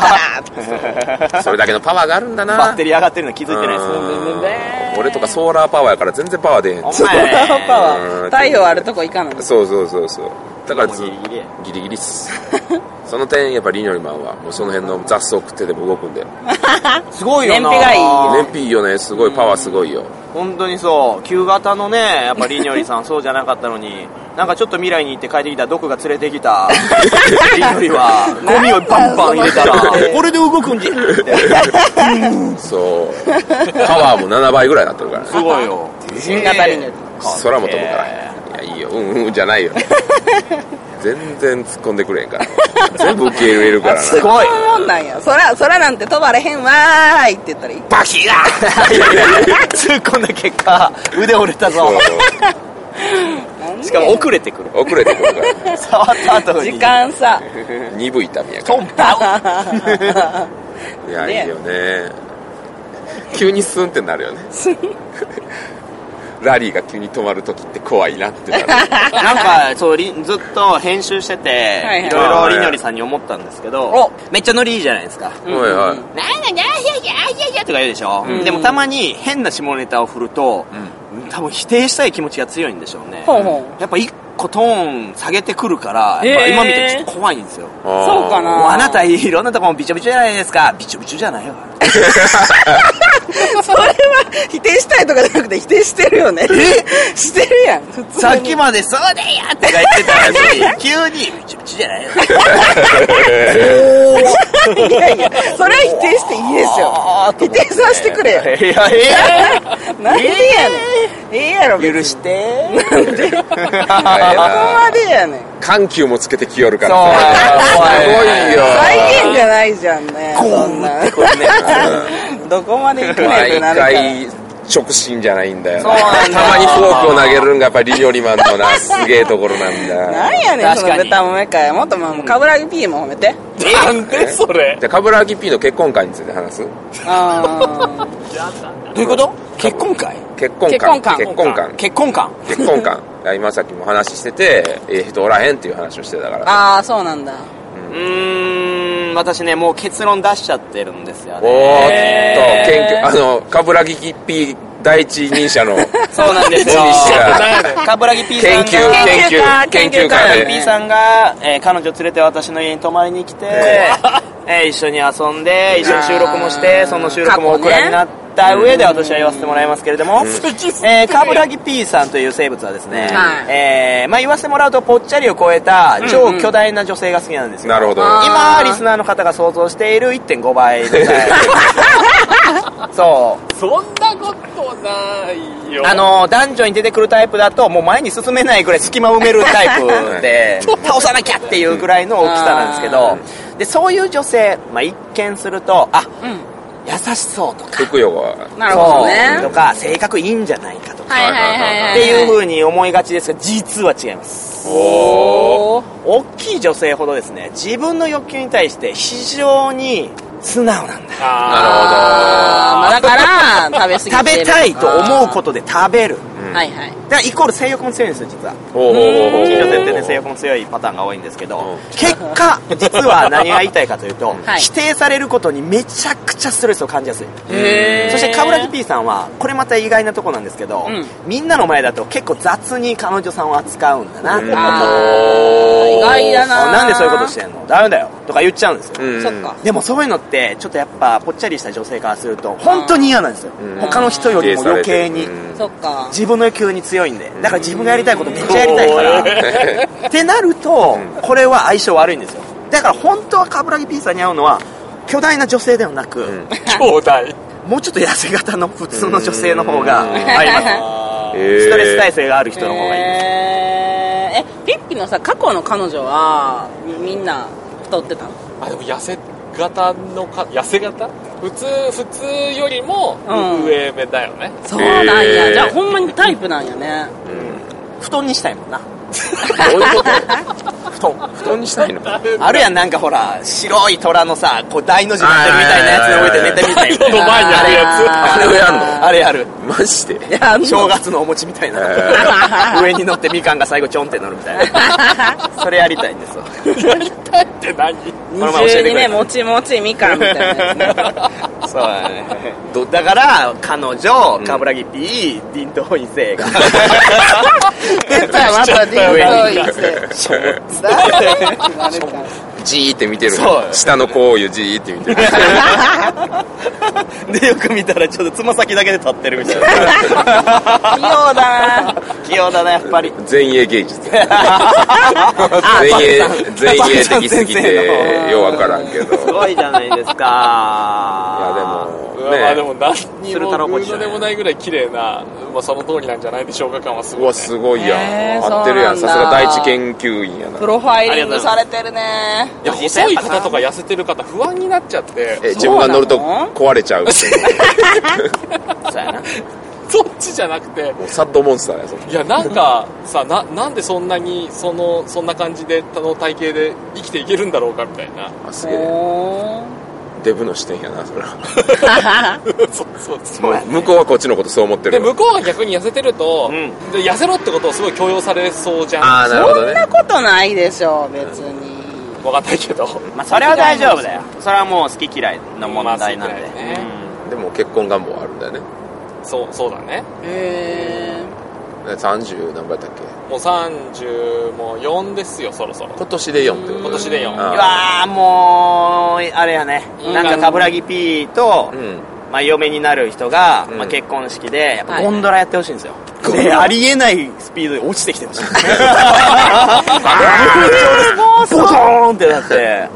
Speaker 4: から
Speaker 2: それだけのパワーがあるんだな
Speaker 1: バッテリー上がってるの気づいてないです
Speaker 2: う
Speaker 1: よ
Speaker 2: ん
Speaker 1: 全然
Speaker 2: 俺とかソーラーパワーやから全然パワー出へん
Speaker 1: お前
Speaker 4: パワーパ
Speaker 2: うん
Speaker 4: ワー太陽あるとこ行かない
Speaker 2: そうそうそうそうだからず
Speaker 1: もうギリギリや
Speaker 2: ギリギリっすその点やっぱリニョリマンはもうその辺の雑草食ってでも動くんです
Speaker 1: ごいよな
Speaker 4: 燃費がいいよ
Speaker 2: 燃費いいよねすごいパワーすごいよ
Speaker 1: 本当にそう旧型のねやっぱりニョリさんそうじゃなかったのになんかちょっと未来に行って帰ってきた毒が連れてき たリニョリはゴミをバンバン入れ たら
Speaker 4: なんだよ
Speaker 1: これで動くんじゃって
Speaker 2: そうパワーも7倍ぐらいになってるから
Speaker 1: す
Speaker 2: ね
Speaker 1: ごいよ
Speaker 4: 新型リニョリ
Speaker 2: 空も飛ぶからいやいいようんうんじゃないよ全然突っ込んでくれへんから全部受け入れるからな
Speaker 1: すごい
Speaker 4: そういうもんなんや空空なんて飛ばれへんわーいって言ったらいい
Speaker 1: バキー突っ込んだ結果腕折れたぞしかも遅れてくる
Speaker 2: 遅れてくるからね
Speaker 1: 触った後に
Speaker 4: 時 間差
Speaker 2: 鈍い痛みやか
Speaker 1: トンパ
Speaker 2: らいや
Speaker 4: ね
Speaker 2: いいよね急にスンってなるよねラリーが急に止まる時って怖いなって なる
Speaker 1: なんかそうりずっと編集してて、
Speaker 4: はい
Speaker 1: い
Speaker 4: はい
Speaker 1: ろいろりのりさんに思ったんですけど
Speaker 4: お
Speaker 1: めっちゃノリいいじゃないですか「
Speaker 2: はいはい
Speaker 1: なんだなんだいやいやいやいや」とか言うでしょ、
Speaker 4: うん
Speaker 1: でもたまに変な下ネタを振ると、多分否定したい気持ちが強いんでしょうね
Speaker 4: ほうほ
Speaker 1: やっぱ一個トーン下げてくるからやっぱ
Speaker 4: へー
Speaker 1: 今見てちょっと怖いんですよ
Speaker 2: あー
Speaker 4: そうかな
Speaker 1: もうあなたいろんなとこもびちょびちょじゃないですかびちょびちょじゃないわ
Speaker 4: それは否定したいとかじゃなくて否定してるよねしてるやん普通に
Speaker 1: さっきまでそうだよって言ってたのに急にびちょびちょじゃないよ
Speaker 4: いやいやそれは否定していいですよ否定させてくれよ
Speaker 1: いやいや
Speaker 4: なんでやねんええやろ
Speaker 1: 許して
Speaker 2: 怖い
Speaker 4: ここ ま
Speaker 2: な
Speaker 4: でやねん
Speaker 2: 緩急もつけてきよるか
Speaker 1: そう
Speaker 2: らさ
Speaker 1: 怖い
Speaker 2: すごいよ
Speaker 4: 再現じゃないじゃんねそんな
Speaker 1: これね
Speaker 4: どこまで行くねんって
Speaker 2: 毎
Speaker 4: なるから
Speaker 2: 回直進じゃないんだよ
Speaker 1: そうなんだ
Speaker 2: たまにフォークを投げるんがやっぱりリニョリマンのなすげえところなんだ
Speaker 4: なんやねんそ
Speaker 1: 確か
Speaker 4: の
Speaker 1: に
Speaker 4: 豚もめかいもっとまあカブラギ P も褒めて
Speaker 3: なんでそ れ
Speaker 2: じゃあ冠城 P の結婚会について話す
Speaker 4: あ
Speaker 1: どういうこと結婚会
Speaker 2: 結婚
Speaker 4: 結婚
Speaker 2: 観
Speaker 4: 観
Speaker 2: 結婚観
Speaker 1: 結婚感
Speaker 2: 結婚観が今さっきも話しててええ人おらへんっていう話をしてたから
Speaker 4: ああそうなんだ
Speaker 1: うーん私ねもう結論出しちゃってるんですよ
Speaker 2: おーっ
Speaker 1: ね
Speaker 2: と
Speaker 1: え
Speaker 2: 謙虚あの冠城 P 第一人者の
Speaker 1: そうなんですよ
Speaker 2: 一人者
Speaker 1: 冠城 P さん
Speaker 2: 研
Speaker 1: が
Speaker 2: 究研究研究会で
Speaker 1: 冠城 P さんが、えー彼女連れて私の家に泊まりに来て、えー一緒に遊んで一緒に収録もしてその収録もオクラになった上で私は言わせてもらいますけれども、えー、カブラギ P さんという生物はですね、
Speaker 4: はい
Speaker 1: えーまあ、言わせてもらうとぽっちゃりを超えた超巨大な女性が好きなんですよ、
Speaker 2: なるほど
Speaker 4: あ
Speaker 1: 今リスナーの方が想像している1.5倍みたいな そう
Speaker 3: そんなことないよ
Speaker 1: あの男女に出てくるタイプだともう前に進めないぐらい隙間埋めるタイプ で倒さなきゃっていうぐらいの大きさなんですけどでそういう女性、まあ、一見するとあ、
Speaker 4: ん
Speaker 1: 優しそうとか
Speaker 2: 福横は
Speaker 4: なるほどね
Speaker 1: そうとか性格いいんじゃないかとか、
Speaker 4: はいはいはいはい
Speaker 1: っていう風に思いがちですが実は違います
Speaker 2: おー
Speaker 1: 大きい女性ほどですね自分の欲求に対して非常に素直なんだ
Speaker 2: あ
Speaker 4: あーまあだから、食べ過
Speaker 1: 食
Speaker 4: ぎて
Speaker 1: べ
Speaker 4: る。
Speaker 1: たいと思うことで食べ
Speaker 2: ーなる
Speaker 1: る
Speaker 2: ほど。うん
Speaker 4: はいはい。
Speaker 1: だからイコール性欲も強いんですよ実は
Speaker 2: おーおーおーおー
Speaker 1: 女性ってね性欲も強いパターンが多いんですけ
Speaker 2: う
Speaker 1: ど
Speaker 2: ん
Speaker 1: 結果実は何が言いたいかというと、
Speaker 4: はい
Speaker 1: 否定されることにめちゃくちゃストレスを感じやすい
Speaker 4: へー
Speaker 1: そして冠城 P さんはこれまた意外なとこなんですけど、
Speaker 4: うん
Speaker 1: みんなの前だと結構雑に彼女さんを扱うんだな、
Speaker 2: うん
Speaker 4: あー、意外だな。
Speaker 1: なんでそういうことしてんのダメだよとか言っちゃうんですよ、
Speaker 2: うん
Speaker 4: そっか。
Speaker 1: でもそういうのってちょっとやっぱぽっちゃりした女性からすると本当に嫌なんですよ、
Speaker 2: うん
Speaker 1: 他の人よりも余計に、
Speaker 2: うん
Speaker 4: そっか。
Speaker 1: 自分の欲求に強いんでだから自分がやりたいことめっちゃやりたいからってなると
Speaker 2: うん
Speaker 1: これは相性悪いんですよだから本当は冠城 P さんに会うのは巨大な女性ではなく、
Speaker 2: うん
Speaker 3: 兄弟。
Speaker 1: もうちょっと痩せ型の普通の女性の方が
Speaker 2: うん
Speaker 1: 合います
Speaker 3: あー
Speaker 2: えー
Speaker 1: ストレス耐性がある人の方がいいです、
Speaker 4: えー、え、ピッピのさ、過去の彼女は、みみんな太ってたの
Speaker 3: あ、でも痩せ型のか、痩せ型普通、普通よりも
Speaker 4: うん
Speaker 3: 上目だよね。
Speaker 4: そうなんや。
Speaker 2: えー
Speaker 4: じゃあ、ほんまにタイプなんやね。
Speaker 1: 布団にしたいもんな
Speaker 2: どういうこ
Speaker 1: 布団
Speaker 2: と布団にしたいの
Speaker 1: あるやんなんかほら白い虎のさこう大の字になってるみたいなやつの上で寝てみたい
Speaker 3: の 前にあるや
Speaker 2: あ
Speaker 3: つ
Speaker 2: れをやんの
Speaker 1: あれやる
Speaker 2: マジで
Speaker 4: やんの
Speaker 1: 正月のお餅みたいな
Speaker 2: え
Speaker 4: ー
Speaker 1: 上に乗ってみかんが最後ちょんって乗るみたい なそれやりたいんですよ
Speaker 3: って何
Speaker 1: の前
Speaker 4: 二
Speaker 1: 教
Speaker 4: 重
Speaker 1: えて
Speaker 4: に
Speaker 1: くれた
Speaker 4: ね、もちもちみかんみたいなやつね。
Speaker 1: そうだねだから彼女冠城 P ディントイン生が
Speaker 4: 出たまたリン
Speaker 1: 上に
Speaker 4: ドイツ。
Speaker 2: じーって見てる
Speaker 1: そう
Speaker 2: 下の子をじーって見てる
Speaker 1: でよく見たらちょっとつま先だけで立ってるみたいな
Speaker 4: 器用だな。
Speaker 1: 器用だなやっぱり
Speaker 2: 前衛芸術前衛前衛的すぎてようわからんけどい
Speaker 1: すごいじゃないです
Speaker 2: やで
Speaker 1: か
Speaker 2: も
Speaker 3: うわまあでも
Speaker 2: ね
Speaker 3: 何に
Speaker 1: 鶴太郎
Speaker 3: も
Speaker 1: ポ
Speaker 3: 言
Speaker 1: ジ
Speaker 3: う
Speaker 1: ショ
Speaker 3: の
Speaker 1: ン
Speaker 3: でもないぐらい綺麗な、まあ、その通りなんじゃないでしょうか感はす
Speaker 2: う
Speaker 3: ごい、
Speaker 2: わ
Speaker 3: ね、
Speaker 2: すごいや
Speaker 4: え
Speaker 2: ん
Speaker 4: ー
Speaker 2: 合ってるやんさ
Speaker 4: そう
Speaker 2: す
Speaker 4: な
Speaker 2: が
Speaker 4: んだ
Speaker 2: 第一研究員やな
Speaker 4: プロファイリングされてるね。
Speaker 3: いや細い方とか痩せてる方不安になっちゃって
Speaker 2: え自分が乗ると
Speaker 4: そうなの
Speaker 2: 壊れちゃうも
Speaker 1: そうやな
Speaker 3: そっちじゃなくて
Speaker 2: うサッドモンスターやそんない
Speaker 3: やなんかさななんでそんなにそのそんな感じであの体型で生きていけるんだろうかみたいな
Speaker 2: あすげえ
Speaker 4: おー
Speaker 2: デブの視点やなそれは
Speaker 3: そうそうそう
Speaker 1: そうや
Speaker 2: 向こうはこっちのことそう思って
Speaker 3: で
Speaker 2: る
Speaker 3: 向こうが逆に痩せてると、
Speaker 1: うん
Speaker 3: で痩せろってことをすごい強要されそうじゃん
Speaker 2: ああなるほど
Speaker 4: そんな
Speaker 2: ね
Speaker 4: ことないでしょ、別に。
Speaker 3: 分かんないけど
Speaker 1: まあそれは大丈夫だよそれはもう好き嫌いの問題なんで、
Speaker 3: まあ好き嫌いね
Speaker 2: でも結婚願望はあるんだよね
Speaker 3: そうそうだね
Speaker 4: へ
Speaker 2: で30何倍だったっけ
Speaker 3: もう30も4ですよそろそろ
Speaker 2: 今年で4ってこと
Speaker 3: 今年で4
Speaker 1: う
Speaker 2: あ
Speaker 1: わーもうあれやねなんか冠城 P と、
Speaker 2: うん
Speaker 1: まあ、嫁になる人が、
Speaker 2: うん
Speaker 1: まあ、結婚式でやっ
Speaker 4: は
Speaker 1: ぱ
Speaker 4: い
Speaker 1: ゴンドラやってほしいんですよ、でありえないスピードで落ちてきてほしいボトーンってなって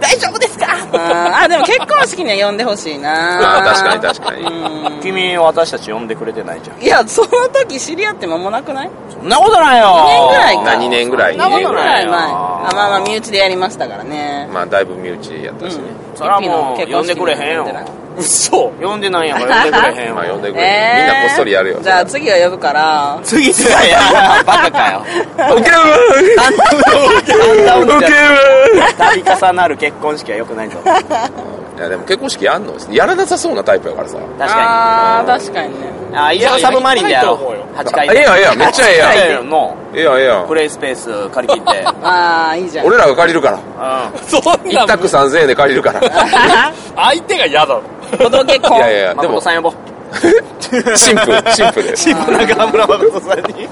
Speaker 4: 大丈夫ですかあーあ、でも結婚式には呼んでほしいな。
Speaker 2: あー確かに確かに
Speaker 4: うん
Speaker 1: 君私たち呼んでくれてないじゃん
Speaker 4: いや、その時知り合って間もなくない
Speaker 1: そんなことないよ
Speaker 4: 二年ぐらいか
Speaker 2: 何年ぐらい
Speaker 4: そんなことない
Speaker 1: 二年ぐらい
Speaker 4: 前。あまあまあ、身内でやりましたからね。
Speaker 2: まあだいぶ身内やっ
Speaker 4: う
Speaker 2: た
Speaker 4: ん
Speaker 2: しね、。
Speaker 1: それはもう
Speaker 4: ピッピの結婚式には呼でない
Speaker 3: 嘘
Speaker 1: 呼んでないやんから呼んでくれへん
Speaker 2: まあ
Speaker 1: わ
Speaker 2: 呼んでくれ、
Speaker 4: えー
Speaker 2: みんなこっそりやるよ
Speaker 4: じゃあ次は呼ぶから。
Speaker 1: 次すらやバカかよ
Speaker 2: ウケる
Speaker 1: 担当の
Speaker 2: ウケ
Speaker 1: 度重なる結婚式はよくないぞ確
Speaker 2: いやでも結婚式やんのやらなさそうなタイプやからさ
Speaker 1: か
Speaker 4: ああ、確かにね。
Speaker 1: にあいや
Speaker 3: いや
Speaker 1: サブマリンでやろ
Speaker 3: いやいやいや
Speaker 1: う8階
Speaker 2: ええやんええやんめっちゃええやん
Speaker 1: 8階の
Speaker 2: ええやんええやん
Speaker 1: プレイスペース借 り切って
Speaker 4: ああ、いいじゃん。
Speaker 2: 俺らが借りるから
Speaker 1: う
Speaker 3: そんな
Speaker 2: 一択3000円で借りるからい
Speaker 3: 相手が嫌だろ
Speaker 4: 届け婚。
Speaker 2: やいや
Speaker 1: ん
Speaker 2: で
Speaker 1: でも
Speaker 2: も
Speaker 1: さん呼ぼう
Speaker 2: 神 父神父で
Speaker 1: チープ中村誠さんに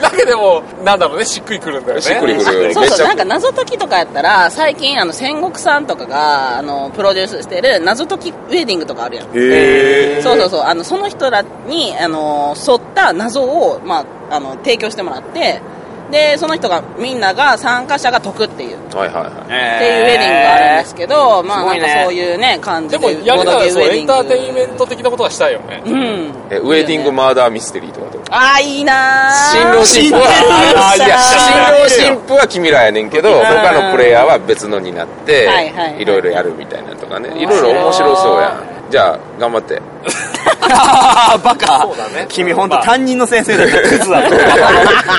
Speaker 3: だけでもなんだろうねしっくりくるんだよね
Speaker 2: しっくりくる
Speaker 4: そう
Speaker 2: めっち
Speaker 4: そう、
Speaker 2: ゃ
Speaker 4: なんか謎解きとかやったら、最近、あの、戦国さんとかが、あの、プロデュースしてる謎解きウェディングとかあるやん。
Speaker 2: へえ
Speaker 4: そうそうそう、あの、その人らに、あの、沿った謎を、まあ、あの、提供してもらって、で、その人が、みんなが、参加者が解くっていう、っ
Speaker 2: はいはいはい
Speaker 4: ていうウェディングがあるんですけど、まあ、
Speaker 1: すご
Speaker 4: ないん
Speaker 1: ね
Speaker 4: かそういうね、感じ
Speaker 3: で
Speaker 4: で、
Speaker 3: もやるな
Speaker 4: ボド
Speaker 3: ら
Speaker 4: ゲ
Speaker 3: そうエンター
Speaker 4: ウェデ
Speaker 3: テイ
Speaker 4: ィ
Speaker 3: ン
Speaker 4: ン
Speaker 3: メント的なことはしたいよね
Speaker 4: グうん。
Speaker 2: えウェディングマーダーミステリーとかってこと
Speaker 4: ああ、いいなー
Speaker 2: 新郎新婦は
Speaker 3: あーいや
Speaker 2: 新郎新婦は君らやねんけど
Speaker 4: ん
Speaker 2: 他のプレイヤーは別のになって
Speaker 4: はいはいはい
Speaker 2: いろいろやるみたいなのとかねい
Speaker 4: 面
Speaker 2: ろ
Speaker 4: 白い
Speaker 2: いろ面白そうやんじゃあ頑張って
Speaker 1: ああバカ
Speaker 3: そうだね
Speaker 1: 君本当担任の先生 だったらクズだぞ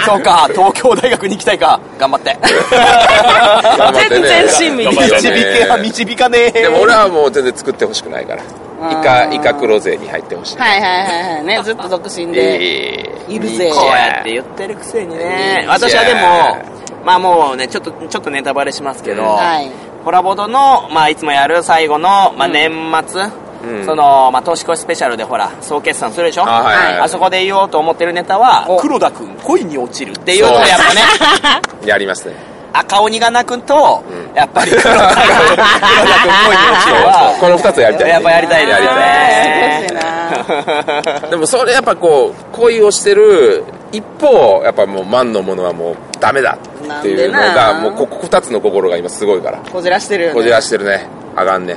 Speaker 1: そうか東京大学に行きたいか頑張って
Speaker 2: 頑張ってね
Speaker 4: 全然親身に
Speaker 2: 頑張って
Speaker 1: 導
Speaker 2: ね
Speaker 1: けは導かねえ
Speaker 2: でも俺はもう全然作ってほしくないからイカイカ黒勢に入ってほしい、
Speaker 4: はいはいはいはいねずっと独身で
Speaker 2: えー
Speaker 4: いるぜ
Speaker 1: こうやって言ってるくせにね
Speaker 2: いい
Speaker 1: 私はで
Speaker 2: じ
Speaker 1: もまあもうねちょっとちょっとネタバレしますけど、
Speaker 4: はい
Speaker 1: コラボドの、まあ、いつもやる最後の、まあ、
Speaker 4: うん
Speaker 1: 年末、
Speaker 2: うん
Speaker 1: その、まあ、年越しスペシャルでほら総決算するでしょ
Speaker 2: あはいはいはい
Speaker 1: あそこで言おうと思ってるネタは
Speaker 4: お
Speaker 1: 黒田君恋に落ちるっていうのをやっぱね
Speaker 2: やりますね
Speaker 1: 赤鬼が泣くんと、
Speaker 2: うん
Speaker 1: やっぱり黒田君黒田君恋に落ちるは
Speaker 2: この2つやりたいね、
Speaker 1: やっぱやりたいで
Speaker 2: や
Speaker 1: す
Speaker 2: りたい
Speaker 1: ね
Speaker 4: やりたい
Speaker 2: でもそれやっぱこう恋をしてる一方やっぱもう万のものはもうダメだっていうのが
Speaker 4: なんでな
Speaker 2: もうここ2つの心が今すごいから
Speaker 4: こじらしてるよね
Speaker 2: こじらしてるねあがんね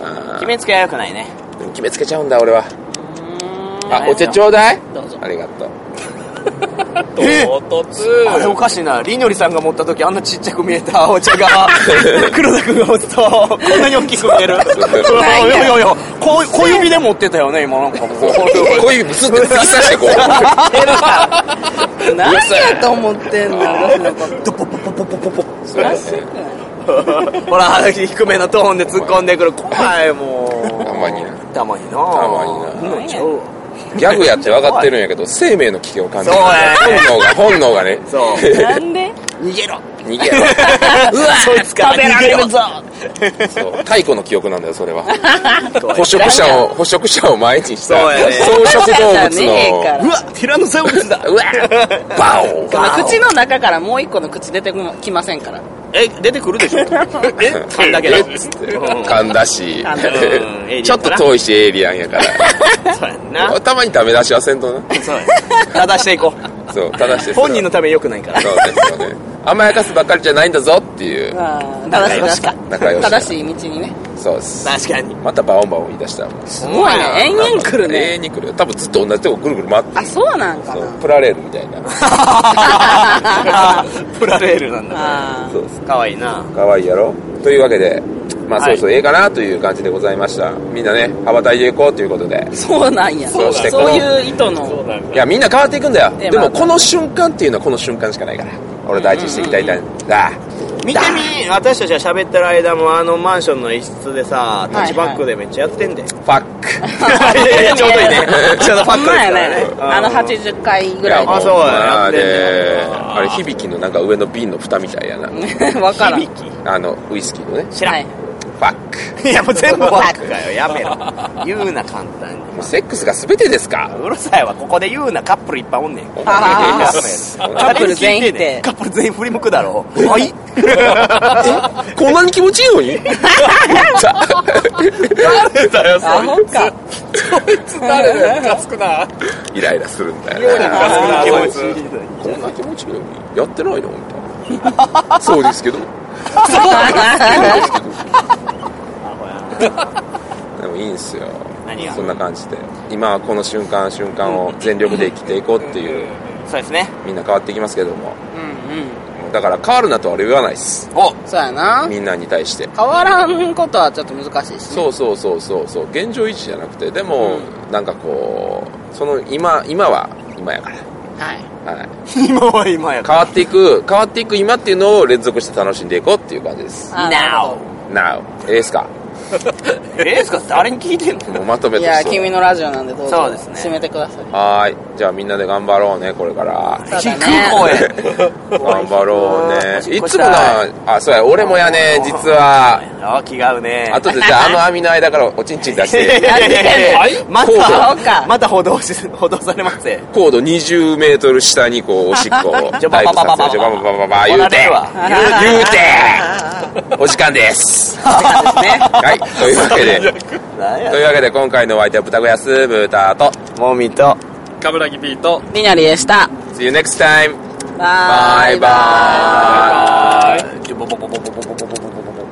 Speaker 2: あ
Speaker 1: 決
Speaker 2: ー
Speaker 1: めつけはよくないね
Speaker 2: でも決めつけちゃうんだ俺はあ
Speaker 1: うん
Speaker 2: お茶ちょうだい
Speaker 4: どうぞ
Speaker 2: ありがとう
Speaker 1: え
Speaker 3: 唐突
Speaker 1: あれおかしいなりのりさんが持った時あんなちっちゃく見えたお茶 が黒田君が持つとこんなに大きく見える
Speaker 2: そう
Speaker 1: いやいやいや小小指で持ってたよね今なん かもう
Speaker 2: 小指ブスって突き刺してこう
Speaker 4: 何やと思ってんの私のこと
Speaker 1: ドポポポポポポポ
Speaker 2: そうですね
Speaker 1: ほら低めのトーンで突っ込んでくる怖いもう
Speaker 2: たまにな
Speaker 1: たまにな
Speaker 2: たまにな
Speaker 1: 飲んじゃうわ
Speaker 2: ギャグやって分かってるんやけど生命の危険を感じる
Speaker 1: そうや
Speaker 2: 本能が本能がね
Speaker 1: そう
Speaker 4: なんで
Speaker 1: 逃げろ
Speaker 2: 逃げろ
Speaker 1: うわそいつから
Speaker 4: 食べら
Speaker 1: 逃げ
Speaker 4: れ
Speaker 1: ろ
Speaker 4: るぞ
Speaker 2: そう太古の記憶なんだよそ れは捕食者を捕食者を前にした
Speaker 1: そうやね
Speaker 2: 草食動
Speaker 4: 捕食者じゃねえから
Speaker 2: 物
Speaker 1: うわティラノサウルスだ
Speaker 2: のうわバオ
Speaker 4: この口の中からもう一個の口出てきませんから
Speaker 1: え出てくる でしょえ噛んだ けど
Speaker 2: えっつって噛んだし
Speaker 4: 噛んだ
Speaker 1: うん
Speaker 2: ちょっと遠いしエイリアンやから
Speaker 1: そうやんな
Speaker 2: たまにダメ出しはせんとな
Speaker 1: そうや正していこう
Speaker 2: そう正して
Speaker 1: 本人のためよくないから
Speaker 2: そうですよね甘やかすばっかりじゃないんだぞっていう
Speaker 4: 正しい正しい
Speaker 2: 仲良し
Speaker 4: 正しい道にね
Speaker 2: そうです
Speaker 1: 確かに
Speaker 2: またバオンバオン言い出したもん
Speaker 1: す
Speaker 4: すごいね延々来る
Speaker 2: 永
Speaker 4: ね
Speaker 2: 遠に来るよ多分ずっと同じとこぐるぐる回って
Speaker 4: あそうなんか
Speaker 2: そ
Speaker 4: な
Speaker 2: うプラレールみたい な
Speaker 1: プラレールなんだ
Speaker 4: あ
Speaker 2: そうです
Speaker 1: かわいいな
Speaker 2: 可愛いやろというわけでまあそ
Speaker 1: は
Speaker 2: ろ
Speaker 1: い
Speaker 2: そろええかなという感じでございましたみんなね羽ばたいていこうということで
Speaker 4: ーそうなんや
Speaker 2: そ
Speaker 4: そうう
Speaker 2: してこう
Speaker 4: いう意図
Speaker 3: そう
Speaker 4: の
Speaker 3: なんだ
Speaker 2: いやみんな変わっていくんだよ
Speaker 4: テ
Speaker 2: で
Speaker 4: ーマ
Speaker 2: もこの瞬間っていうのはこの瞬間しかないから俺大事にしていきたいんだ
Speaker 1: 見てみ私たちは喋ってる間もあのマンションの一室でさ
Speaker 4: い
Speaker 1: タッチバックでめっちゃやってんで、
Speaker 2: ファック
Speaker 1: いやいやちょうどいい ねちょうどファ
Speaker 4: ほ
Speaker 1: ッ
Speaker 4: ん
Speaker 1: ク
Speaker 4: ま
Speaker 1: ですから
Speaker 4: や
Speaker 1: ね
Speaker 4: ねあの80回ぐ
Speaker 2: い
Speaker 4: らい
Speaker 2: や
Speaker 4: の
Speaker 2: も
Speaker 1: あそうや
Speaker 2: まあ
Speaker 1: やってんね
Speaker 2: ねあれ響きのなんか上の瓶の蓋みたいやな
Speaker 4: わからん
Speaker 2: あのウイスキーのね
Speaker 1: 知らん、
Speaker 4: はい
Speaker 2: ファック
Speaker 1: い、やもう全部ファックだよやめろ言うな簡単に
Speaker 2: もうセックスが全てですか
Speaker 1: うるさいわここで言うなカップルいっぱいおんねん
Speaker 2: あ
Speaker 4: ら
Speaker 1: カ
Speaker 4: ップル全員否定
Speaker 1: カップル全員振り向くだろはい
Speaker 2: こんなに気持ちいいのに
Speaker 3: だよ
Speaker 4: アホか
Speaker 3: 誰だよムカつくな
Speaker 2: イライラするんだ
Speaker 3: 妙にム
Speaker 2: よね
Speaker 3: カつくなこいつ
Speaker 2: こんな気持ちいいのにやってないのみたいなそうですけどでもいいんすよ
Speaker 1: 何が
Speaker 2: そんな感じで今はこの瞬間瞬間を全力で生きていこうっていう
Speaker 1: そうですね
Speaker 2: みんな変わっていきますけども
Speaker 4: うんうん
Speaker 2: だから変わるなとは俺言わないっす
Speaker 1: お
Speaker 4: そうやな
Speaker 2: みんなに対して
Speaker 4: 変わらんことはちょっと難しいしね
Speaker 2: そうそうそうそうそう現状維持じゃなくてでも、なんかこうその今今は今やから、
Speaker 4: はい
Speaker 2: はい、
Speaker 1: 今は今や
Speaker 2: 変わっていく変わっていく今っていうのを連続して楽しんでいこうっていう感じです
Speaker 4: あ
Speaker 2: Now ええっすか
Speaker 1: ええっすか誰に聞いてんの
Speaker 2: もうまとめ
Speaker 4: い
Speaker 2: と
Speaker 4: や
Speaker 2: して
Speaker 4: 君のラジオなんでどうぞ
Speaker 1: そうですね
Speaker 4: 締めてください
Speaker 2: はーいじゃあみんなで頑張ろうねこれから
Speaker 4: そうだね
Speaker 1: 低い声
Speaker 2: 頑張ろうねい
Speaker 1: おし
Speaker 2: つ
Speaker 1: っこ
Speaker 2: も
Speaker 1: した
Speaker 2: なあそうや俺もやね実は
Speaker 1: あ気が合うね
Speaker 2: 後でじゃああの網の間からおちんちん出して
Speaker 1: はいま
Speaker 4: そうか
Speaker 1: たまた補導し補導されますね
Speaker 2: 高度20メートル下にこうおしっこを
Speaker 1: じゃババババババ
Speaker 2: じゃバババババ言うて
Speaker 1: お腹出
Speaker 2: 言うてお時間ですはいというわけで
Speaker 1: なんや
Speaker 2: というわけで今回のお相手は豚小屋スブタと
Speaker 1: もみと
Speaker 3: カブラギピート
Speaker 4: りなりでした
Speaker 2: See you next time
Speaker 4: バ
Speaker 2: バイバイ
Speaker 1: ボボボボボボボボボ